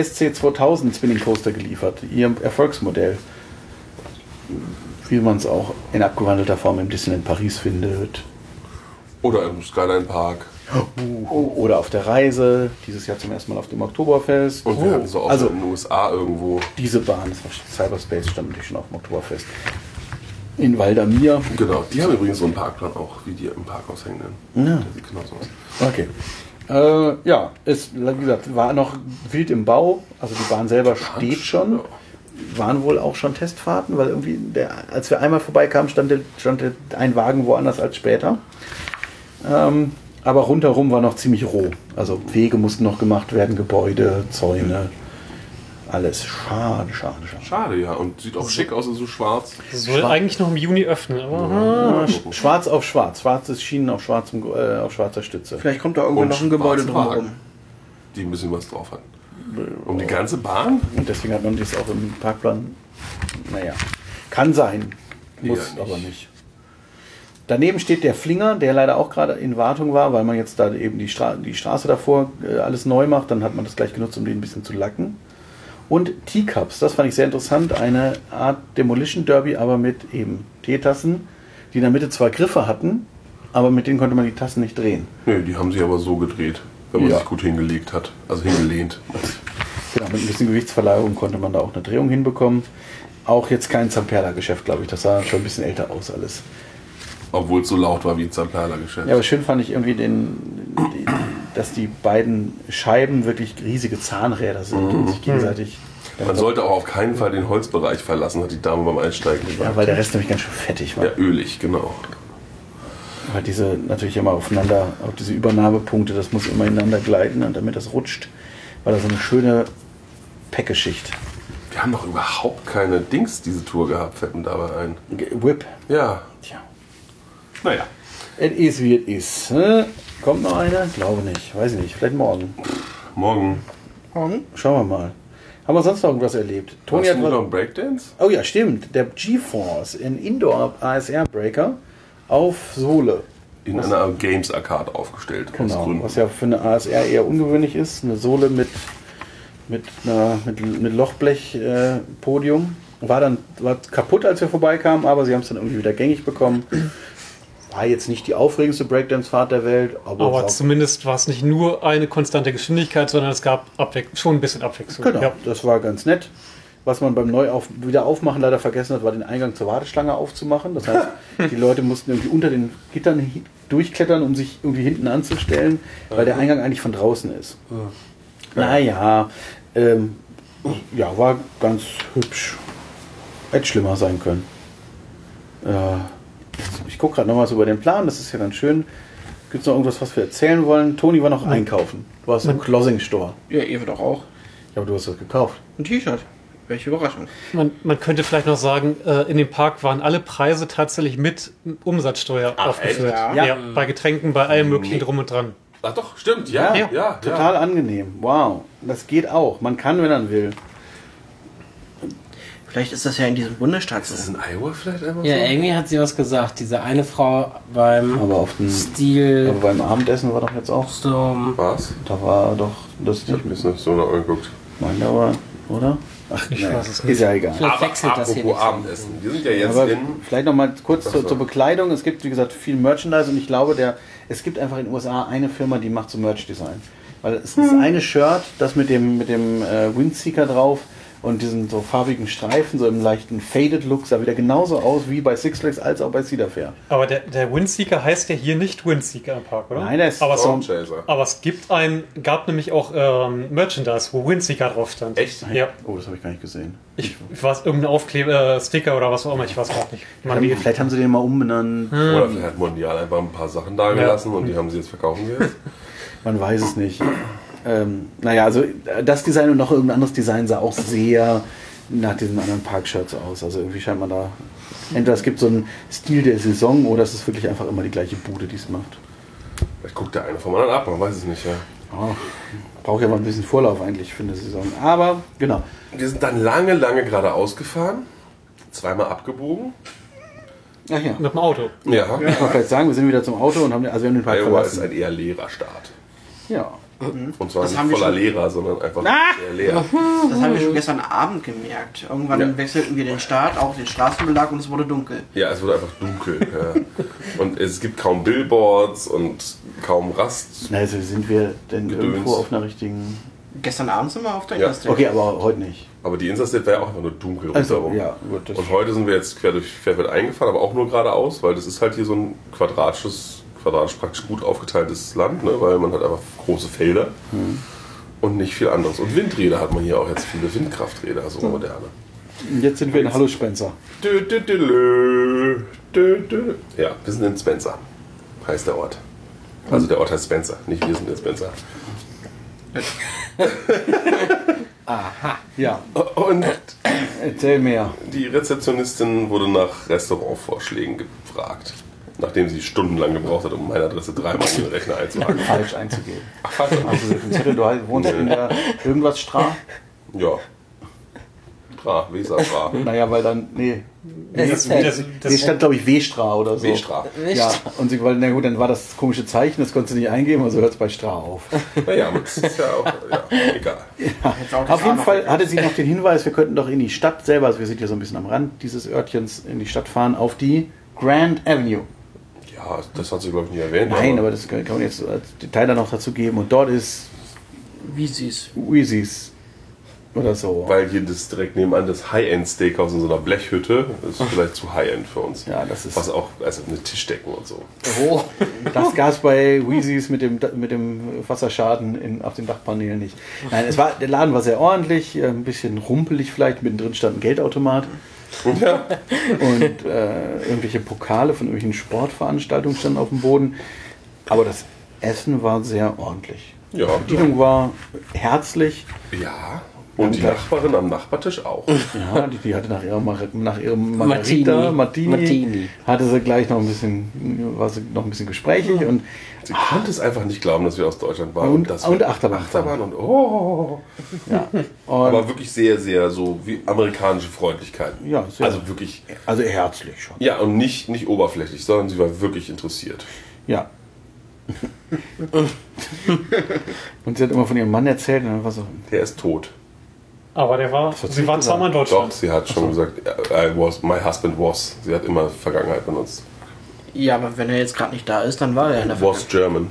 [SPEAKER 1] SC 2000 Spinning Coaster geliefert, ihr Erfolgsmodell. Wie man es auch in abgewandelter Form im Disneyland Paris findet.
[SPEAKER 2] Oder im Skyline Park.
[SPEAKER 1] Oder auf der Reise, dieses Jahr zum ersten Mal auf dem Oktoberfest.
[SPEAKER 2] Und wir hatten so auch
[SPEAKER 1] also
[SPEAKER 2] in den USA irgendwo.
[SPEAKER 1] diese Bahn, das war Cyberspace, stand natürlich schon auf dem Oktoberfest. In Waldamir.
[SPEAKER 2] Genau, die haben übrigens so einen Parkplan auch, wie die im Parkhaus hängen. Ja. Der sieht genau so aus.
[SPEAKER 1] Okay. Äh, ja, es, wie gesagt, war noch wild im Bau. Also die Bahn selber steht schon. Waren wohl auch schon Testfahrten, weil irgendwie, der, als wir einmal vorbeikamen, stand, der, stand der, ein Wagen woanders als später. Ähm, aber rundherum war noch ziemlich roh. Also Wege mussten noch gemacht werden, Gebäude, Zäune, alles. Schade, schade, schade.
[SPEAKER 2] Schade, ja. Und sieht auch schick aus, so schwarz.
[SPEAKER 4] Soll eigentlich noch im Juni öffnen, aber
[SPEAKER 2] Mal gucken.
[SPEAKER 1] Schwarz auf schwarz, schwarzes Schienen auf, schwarzem, äh, auf schwarzer Stütze.
[SPEAKER 5] Vielleicht kommt da irgendwo
[SPEAKER 2] Und
[SPEAKER 5] noch ein Gebäude
[SPEAKER 2] schwarzen Wagen,
[SPEAKER 5] drumherum.
[SPEAKER 2] Die ein bisschen was drauf hatten. Um die ganze Bahn?
[SPEAKER 1] Und deswegen hat man das auch im Parkplan. Naja, kann sein, muss
[SPEAKER 2] Ja, nicht.
[SPEAKER 1] aber nicht. Daneben steht der Flinger, der leider auch gerade in Wartung war, weil man jetzt da eben die, Stra die Straße davor äh, alles neu macht. Dann hat man das gleich genutzt, um den ein bisschen zu lacken. Und Teacups, das fand ich sehr interessant. Eine Art Demolition Derby, aber mit eben Teetassen, die in der Mitte zwar Griffe hatten, aber mit denen konnte man die Tassen nicht drehen.
[SPEAKER 2] Nö, die haben sich aber so gedreht, wenn man
[SPEAKER 1] Ja.
[SPEAKER 2] sich gut hingelegt hat. Also hingelehnt.
[SPEAKER 1] Genau, mit ein bisschen Gewichtsverlagerung konnte man da auch eine Drehung hinbekommen. Auch jetzt kein Zamperla-Geschäft, glaube ich. Das sah schon ein bisschen älter aus alles.
[SPEAKER 2] Obwohl es so laut war wie ein Zamperla-Geschäft.
[SPEAKER 1] Ja, aber schön fand ich irgendwie den, die, dass die beiden Scheiben wirklich riesige Zahnräder sind und sich gegenseitig.
[SPEAKER 2] Man sollte auch auf keinen Fall den Holzbereich verlassen, hat die Dame beim Einsteigen
[SPEAKER 1] ja,
[SPEAKER 2] gesagt.
[SPEAKER 1] weil der Rest nämlich ganz schön fettig war.
[SPEAKER 2] Ja, ölig, genau.
[SPEAKER 1] Weil diese natürlich immer aufeinander, auch diese Übernahmepunkte, das muss immer ineinander gleiten und damit das rutscht, war da so eine schöne Päckeschicht.
[SPEAKER 2] Wir haben doch überhaupt keine Dings diese Tour gehabt, fällt mir dabei ein.
[SPEAKER 1] Ge- Whip.
[SPEAKER 2] Ja,
[SPEAKER 1] Tja.
[SPEAKER 2] naja.
[SPEAKER 1] It is wie it is. Hä? Kommt noch eine? Glaube nicht. Weiß ich nicht. Vielleicht morgen.
[SPEAKER 2] Morgen.
[SPEAKER 1] Schauen wir mal. Haben wir sonst noch irgendwas erlebt? Toni
[SPEAKER 2] Hast du
[SPEAKER 1] hat
[SPEAKER 2] nicht noch
[SPEAKER 1] was,
[SPEAKER 2] einen Breakdance?
[SPEAKER 1] Oh ja, stimmt. Der GeForce, ein Indoor ASR Breaker auf Sohle.
[SPEAKER 2] In einer Games Arcade aufgestellt. aus
[SPEAKER 1] Genau.
[SPEAKER 2] Gründen.
[SPEAKER 1] Was ja für eine ASR eher ungewöhnlich ist. Eine Sohle mit, mit, einer, mit, mit Lochblech-Podium. war dann war kaputt, als wir vorbeikamen, aber sie haben es dann irgendwie wieder gängig bekommen. War jetzt nicht die aufregendste Breakdance-Fahrt der Welt, aber,
[SPEAKER 4] Aber
[SPEAKER 1] war-
[SPEAKER 4] zumindest war es nicht nur eine konstante Geschwindigkeit, sondern es gab Abwech schon ein bisschen Abwechslung.
[SPEAKER 1] Genau,
[SPEAKER 4] Ja.
[SPEAKER 1] das war ganz nett. Was man beim Neuauf Wiederaufmachen leider vergessen hat, war den Eingang zur Warteschlange aufzumachen. Das *laughs* heißt, die Leute mussten irgendwie unter den Gittern hi- durchklettern, um sich irgendwie hinten anzustellen, weil der Eingang eigentlich von draußen ist. Naja, ähm, ja, war ganz hübsch. Hätte schlimmer sein können. Äh, ich gucke gerade noch mal so über den Plan, das ist ja ganz schön. Gibt es noch irgendwas, was wir erzählen wollen? Toni war noch einkaufen. Du warst im Closing Store.
[SPEAKER 5] Ja, ihr wird doch auch.
[SPEAKER 1] Ja, aber du hast das gekauft.
[SPEAKER 5] Ein T-Shirt. Welche Überraschung.
[SPEAKER 4] Man, man könnte vielleicht noch sagen, äh, in dem Park waren alle Preise tatsächlich mit Umsatzsteuer aufgeführt.
[SPEAKER 2] echt?
[SPEAKER 4] Ja. bei Getränken, bei allem möglichen drum und dran.
[SPEAKER 2] Ach doch, stimmt, ja, ja, ja.
[SPEAKER 1] Total angenehm. Wow. Das geht auch. Man kann, wenn man will.
[SPEAKER 5] Vielleicht ist das ja in diesem Bundesstaat
[SPEAKER 2] Ist das
[SPEAKER 5] so.
[SPEAKER 2] in Iowa vielleicht einfach
[SPEAKER 3] Ja,
[SPEAKER 2] so?
[SPEAKER 3] irgendwie hat sie was gesagt. Diese eine Frau beim
[SPEAKER 1] Aber auf den. Aber
[SPEAKER 3] Stil.
[SPEAKER 1] beim Abendessen war doch jetzt auch.
[SPEAKER 3] So,
[SPEAKER 2] Was?
[SPEAKER 1] Da war doch das
[SPEAKER 2] Ich
[SPEAKER 1] nicht
[SPEAKER 2] hab mir
[SPEAKER 1] mit.
[SPEAKER 2] das nicht so angeguckt.
[SPEAKER 1] Nein, da war. Oder? Ach, ich
[SPEAKER 4] weiß es
[SPEAKER 1] Ist ja egal.
[SPEAKER 3] vielleicht wechselt das hier
[SPEAKER 2] apropos
[SPEAKER 3] nicht.
[SPEAKER 2] Abendessen. Wir sind ja jetzt
[SPEAKER 1] Aber
[SPEAKER 2] in.
[SPEAKER 1] vielleicht noch mal kurz zur,
[SPEAKER 2] so.
[SPEAKER 1] zur Bekleidung. Es gibt, wie gesagt, viel Merchandise und ich glaube, der, es gibt einfach in den USA eine Firma, die macht so Merch-Design. Weil es
[SPEAKER 4] Hm.
[SPEAKER 1] ist eine Shirt, das mit dem, mit dem äh, Windseeker drauf und diesen so farbigen Streifen, so im leichten Faded-Look, sah wieder genauso aus wie bei Six Flags als auch bei Cedar Fair.
[SPEAKER 4] Aber der, der Windseeker heißt ja hier nicht Windseeker im Park, oder?
[SPEAKER 1] Nein, der ist
[SPEAKER 4] aber, es,
[SPEAKER 2] Stormchaser.
[SPEAKER 1] Ah.
[SPEAKER 4] aber es gibt ein, gab nämlich auch ähm, Merchandise, wo Windseeker drauf stand.
[SPEAKER 2] Echt?
[SPEAKER 4] Ja.
[SPEAKER 1] Oh, das habe ich gar nicht gesehen.
[SPEAKER 4] Ich, ich weiß, irgendein Aufkleber, äh, Sticker oder was auch immer, ich weiß auch nicht. Man, die,
[SPEAKER 1] Vielleicht haben sie den mal umbenannt.
[SPEAKER 3] Hm.
[SPEAKER 2] Oder vielleicht hat Mondial einfach ein paar Sachen da gelassen und
[SPEAKER 1] Hm.
[SPEAKER 2] die haben sie jetzt verkaufen sie
[SPEAKER 1] *laughs*
[SPEAKER 2] jetzt.
[SPEAKER 1] Man weiß es nicht. Ähm, naja, also äh, das Design und noch irgendein anderes Design sah auch sehr nach diesen anderen Parkshirts aus. Also irgendwie scheint man da. Entweder es gibt so einen Stil der Saison oder es ist wirklich einfach immer die gleiche Bude, die es macht.
[SPEAKER 2] Vielleicht guckt der eine vom anderen ab, man weiß es nicht, ja.
[SPEAKER 1] Ah. Braucht ja mal ein bisschen Vorlauf eigentlich für eine Saison. Aber genau.
[SPEAKER 2] Wir sind dann lange, lange geradeaus gefahren. Zweimal abgebogen.
[SPEAKER 1] Ach ja.
[SPEAKER 4] mit dem Auto.
[SPEAKER 2] Ja.
[SPEAKER 1] Ich kann vielleicht sagen, wir sind wieder zum Auto und haben also wir haben den Park
[SPEAKER 2] Iowa ist
[SPEAKER 1] verlassen.
[SPEAKER 2] ein eher leerer Staat.
[SPEAKER 1] Ja.
[SPEAKER 2] Und zwar
[SPEAKER 5] Das
[SPEAKER 2] nicht
[SPEAKER 5] haben wir
[SPEAKER 2] voller
[SPEAKER 5] schon-
[SPEAKER 2] Lehrer, sondern einfach
[SPEAKER 5] Ah!
[SPEAKER 2] sehr leer.
[SPEAKER 5] Das haben wir
[SPEAKER 3] Mhm.
[SPEAKER 5] schon gestern Abend gemerkt. Irgendwann
[SPEAKER 2] Ja.
[SPEAKER 5] wechselten wir den Start, auch den Straßenbelag und es wurde dunkel.
[SPEAKER 2] Ja, es wurde einfach dunkel.
[SPEAKER 1] *laughs*
[SPEAKER 2] Ja. Und es gibt kaum Billboards und kaum Rast.
[SPEAKER 1] Na, Also sind wir denn
[SPEAKER 2] Gedöns.
[SPEAKER 1] irgendwo auf einer richtigen.
[SPEAKER 5] Gestern Abend sind wir auf der
[SPEAKER 2] Ja.
[SPEAKER 5] Interstate.
[SPEAKER 1] Okay, aber heute nicht.
[SPEAKER 2] Aber die Interstate war ja auch einfach nur dunkel
[SPEAKER 1] Also,
[SPEAKER 2] rundherum.
[SPEAKER 1] ja, gut, das-
[SPEAKER 2] und heute sind wir jetzt quer durch Querfeld eingefahren, aber auch nur geradeaus, weil das ist halt hier so ein quadratisches, quadratisch praktisch gut aufgeteiltes Land, ne? weil man hat einfach große Felder
[SPEAKER 1] Mhm.
[SPEAKER 2] und nicht viel anderes. Und Windräder hat man hier auch jetzt viele Windkrafträder,
[SPEAKER 1] Mhm.
[SPEAKER 2] so moderne.
[SPEAKER 1] Und Jetzt sind wir in Hallo Spencer.
[SPEAKER 2] Dö, dö, dö, lö. Dö, dö. Ja, wir sind in Spencer, heißt der Ort. Also der Ort heißt Spencer, nicht wir sind in Spencer.
[SPEAKER 1] Ja,
[SPEAKER 2] Und
[SPEAKER 1] erzähl mehr.
[SPEAKER 2] die Rezeptionistin wurde nach Restaurantvorschlägen gefragt. Nachdem sie stundenlang gebraucht hat, um meine Adresse dreimal in den Rechner einzutragen.
[SPEAKER 1] Falsch einzugeben. Ach, falsch einzugeben. Also, Zettel, du wohnst in der irgendwas Stra.
[SPEAKER 2] Ja. Bra, Weser, Bra.
[SPEAKER 1] Naja, weil dann, nee.
[SPEAKER 3] Das
[SPEAKER 4] Das,
[SPEAKER 3] ist
[SPEAKER 1] Hier stand, glaube ich, W-Stra oder so.
[SPEAKER 2] Westra.
[SPEAKER 1] Ja, und sie, weil, na gut, dann war das komische Zeichen, das konntest du nicht eingeben, also hört es bei Stra auf.
[SPEAKER 2] Naja, aber das ist ja auch ja, egal.
[SPEAKER 5] Jetzt auch das
[SPEAKER 1] Auf jeden
[SPEAKER 5] Arm
[SPEAKER 1] Fall hatte sie noch den Hinweis, wir könnten doch in die Stadt selber, also wir sind ja so ein bisschen am Rand dieses Örtchens, in die Stadt fahren, auf die Grand Avenue.
[SPEAKER 2] Ja, das hat sie, glaube ich, nie erwähnt.
[SPEAKER 1] Nein, aber das kann kann man jetzt als Detail dann noch dazu geben. Und dort ist
[SPEAKER 5] abgeschnitten. Wie sie es.
[SPEAKER 1] Wheezy's oder so.
[SPEAKER 2] Weil hier das direkt nebenan das High-End-Steakhouse in so einer Blechhütte ist vielleicht zu High-End für uns.
[SPEAKER 1] Ja, das ist-
[SPEAKER 2] Was auch, also eine Tischdecken und so.
[SPEAKER 1] Oh, das gab es bei Wheezys mit dem, mit dem Wasserschaden in, auf den Dachpanelen nicht. Nein, es war, der Laden war sehr ordentlich, äh, ein bisschen rumpelig vielleicht, mittendrin stand ein Geldautomat
[SPEAKER 2] Ja,
[SPEAKER 1] und äh, irgendwelche Pokale von irgendwelchen Sportveranstaltungen standen auf dem Boden. Aber das Essen war sehr ordentlich.
[SPEAKER 2] Ja.
[SPEAKER 1] Die Bedienung war herzlich.
[SPEAKER 2] ja. und die
[SPEAKER 1] gleich-
[SPEAKER 2] Nachbarin am Nachbartisch auch.
[SPEAKER 1] Ja, die, die hatte nach ihrem, Mar- nach ihrem Margarita, Martini,
[SPEAKER 3] Martini. Martini.
[SPEAKER 1] hatte sie gleich noch ein bisschen, war sie noch ein bisschen gesprächig und
[SPEAKER 2] Sie konnte es einfach nicht glauben, dass wir aus Deutschland waren.
[SPEAKER 1] Und-
[SPEAKER 2] dass
[SPEAKER 1] und
[SPEAKER 2] wir
[SPEAKER 1] Achterbahn
[SPEAKER 2] Achterbahn und oh.
[SPEAKER 1] ja.
[SPEAKER 2] Aber wirklich sehr, sehr so wie amerikanische Freundlichkeit.
[SPEAKER 1] Ja, sehr.
[SPEAKER 2] Also wirklich.
[SPEAKER 1] Also herzlich schon.
[SPEAKER 2] Ja, und nicht, nicht oberflächlich, sondern sie war wirklich interessiert.
[SPEAKER 1] *laughs* Ja. und sie hat immer von ihrem Mann erzählt und dann war so,
[SPEAKER 2] Der ist tot.
[SPEAKER 4] aber der war,
[SPEAKER 1] hat
[SPEAKER 4] sie
[SPEAKER 1] sie
[SPEAKER 4] war
[SPEAKER 1] gesagt.
[SPEAKER 4] zweimal in
[SPEAKER 2] Doch,
[SPEAKER 4] Deutschland.
[SPEAKER 2] sie hat schon gesagt, äh, I was, my husband was. Sie hat immer Vergangenheit benutzt.
[SPEAKER 5] Ja, aber wenn er jetzt gerade nicht da ist, dann war er in der
[SPEAKER 2] Was German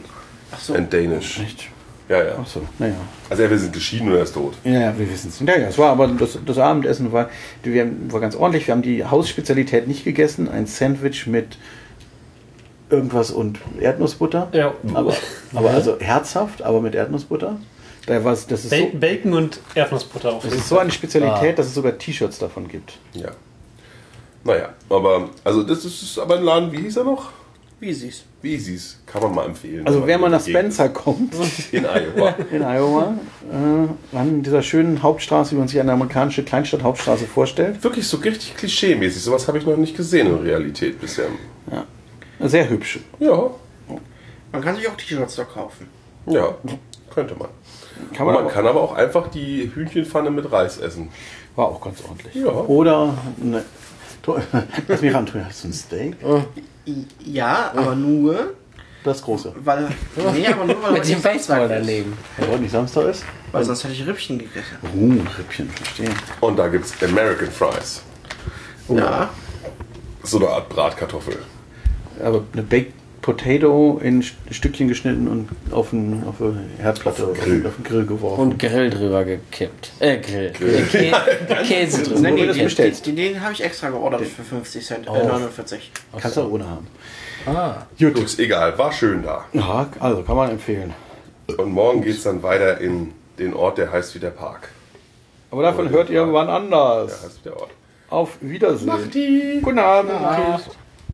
[SPEAKER 5] Ach so.
[SPEAKER 2] and Danish.
[SPEAKER 1] echt?
[SPEAKER 2] Ja, ja.
[SPEAKER 1] Achso, naja.
[SPEAKER 2] Also ja, wir sind geschieden und er ist tot.
[SPEAKER 1] Ja, ja, wir wissen es. Ja, ja, es war aber das, das Abendessen war, wir haben, war ganz ordentlich. Wir haben die Hausspezialität nicht gegessen, ein Sandwich mit irgendwas und Erdnussbutter.
[SPEAKER 4] Ja.
[SPEAKER 1] Aber, aber also herzhaft, aber mit Erdnussbutter. Da war's, das, ist
[SPEAKER 4] Ba-
[SPEAKER 1] so,
[SPEAKER 4] Bacon und Erdnussbutter auf.
[SPEAKER 1] das ist so eine Spezialität, dass es sogar T-Shirts davon gibt.
[SPEAKER 2] Ja. Naja, aber also das ist, ist aber ein Laden, wie hieß er noch?
[SPEAKER 5] Wie sie es.
[SPEAKER 2] Wie hieß Kann man mal empfehlen.
[SPEAKER 1] Also wenn man nach
[SPEAKER 2] hier
[SPEAKER 1] Spencer kommt,
[SPEAKER 2] In Iowa.
[SPEAKER 1] in Iowa, äh, an dieser schönen Hauptstraße, wie man sich eine amerikanische Kleinstadt-Hauptstraße vorstellt.
[SPEAKER 2] Wirklich so richtig klischeemäßig. Sowas habe ich noch nicht gesehen in Realität bisher.
[SPEAKER 1] Sehr hübsch.
[SPEAKER 2] Ja,
[SPEAKER 5] Man kann sich auch T-Shirts da kaufen.
[SPEAKER 2] ja, könnte man.
[SPEAKER 1] Kann
[SPEAKER 2] Man,
[SPEAKER 1] aber-
[SPEAKER 2] kann aber auch einfach die Hühnchenpfanne mit Reis essen.
[SPEAKER 1] War auch ganz ordentlich.
[SPEAKER 2] Ja.
[SPEAKER 1] Oder eine. *laughs* To- Lass mich ran, Tobi, hast du ein Steak?
[SPEAKER 5] I- Ja, aber nur,
[SPEAKER 1] Das große.
[SPEAKER 5] weil. Nee, aber nur, weil
[SPEAKER 3] Mit dem Baseball
[SPEAKER 5] ist.
[SPEAKER 3] daneben.
[SPEAKER 1] Weil heute nicht Samstag ist?
[SPEAKER 5] Weil sonst hätte ich Rippchen gegessen.
[SPEAKER 1] Uh, Rippchen, verstehe.
[SPEAKER 2] Und da gibt es American Fries.
[SPEAKER 5] Ja.
[SPEAKER 2] So eine Art Bratkartoffel.
[SPEAKER 1] Aber eine Baked Potato in St- Stückchen geschnitten und auf, ein, auf eine Herdplatte auf
[SPEAKER 2] Grill.
[SPEAKER 1] auf den Grill geworfen.
[SPEAKER 3] Und Grill drüber gekippt. Äh, Grill. Äh, Kä Käse
[SPEAKER 5] Nee,
[SPEAKER 3] drüber.
[SPEAKER 1] Wo
[SPEAKER 5] nee,
[SPEAKER 1] du das
[SPEAKER 5] den,
[SPEAKER 1] bestellst.
[SPEAKER 5] Den, den habe ich extra geordert für 50 Cent. Äh, 49.
[SPEAKER 1] Kannst du auch ohne haben.
[SPEAKER 2] Gut, ist egal, war schön da.
[SPEAKER 1] Ja, also kann man empfehlen.
[SPEAKER 2] Und morgen geht es dann weiter in den Ort, der heißt wie der Park.
[SPEAKER 1] Aber davon hört ihr wann
[SPEAKER 2] Der
[SPEAKER 1] anders.
[SPEAKER 2] heißt wie der Ort.
[SPEAKER 1] Auf Wiedersehen.
[SPEAKER 2] die!
[SPEAKER 1] Guten Abend. Tschüss.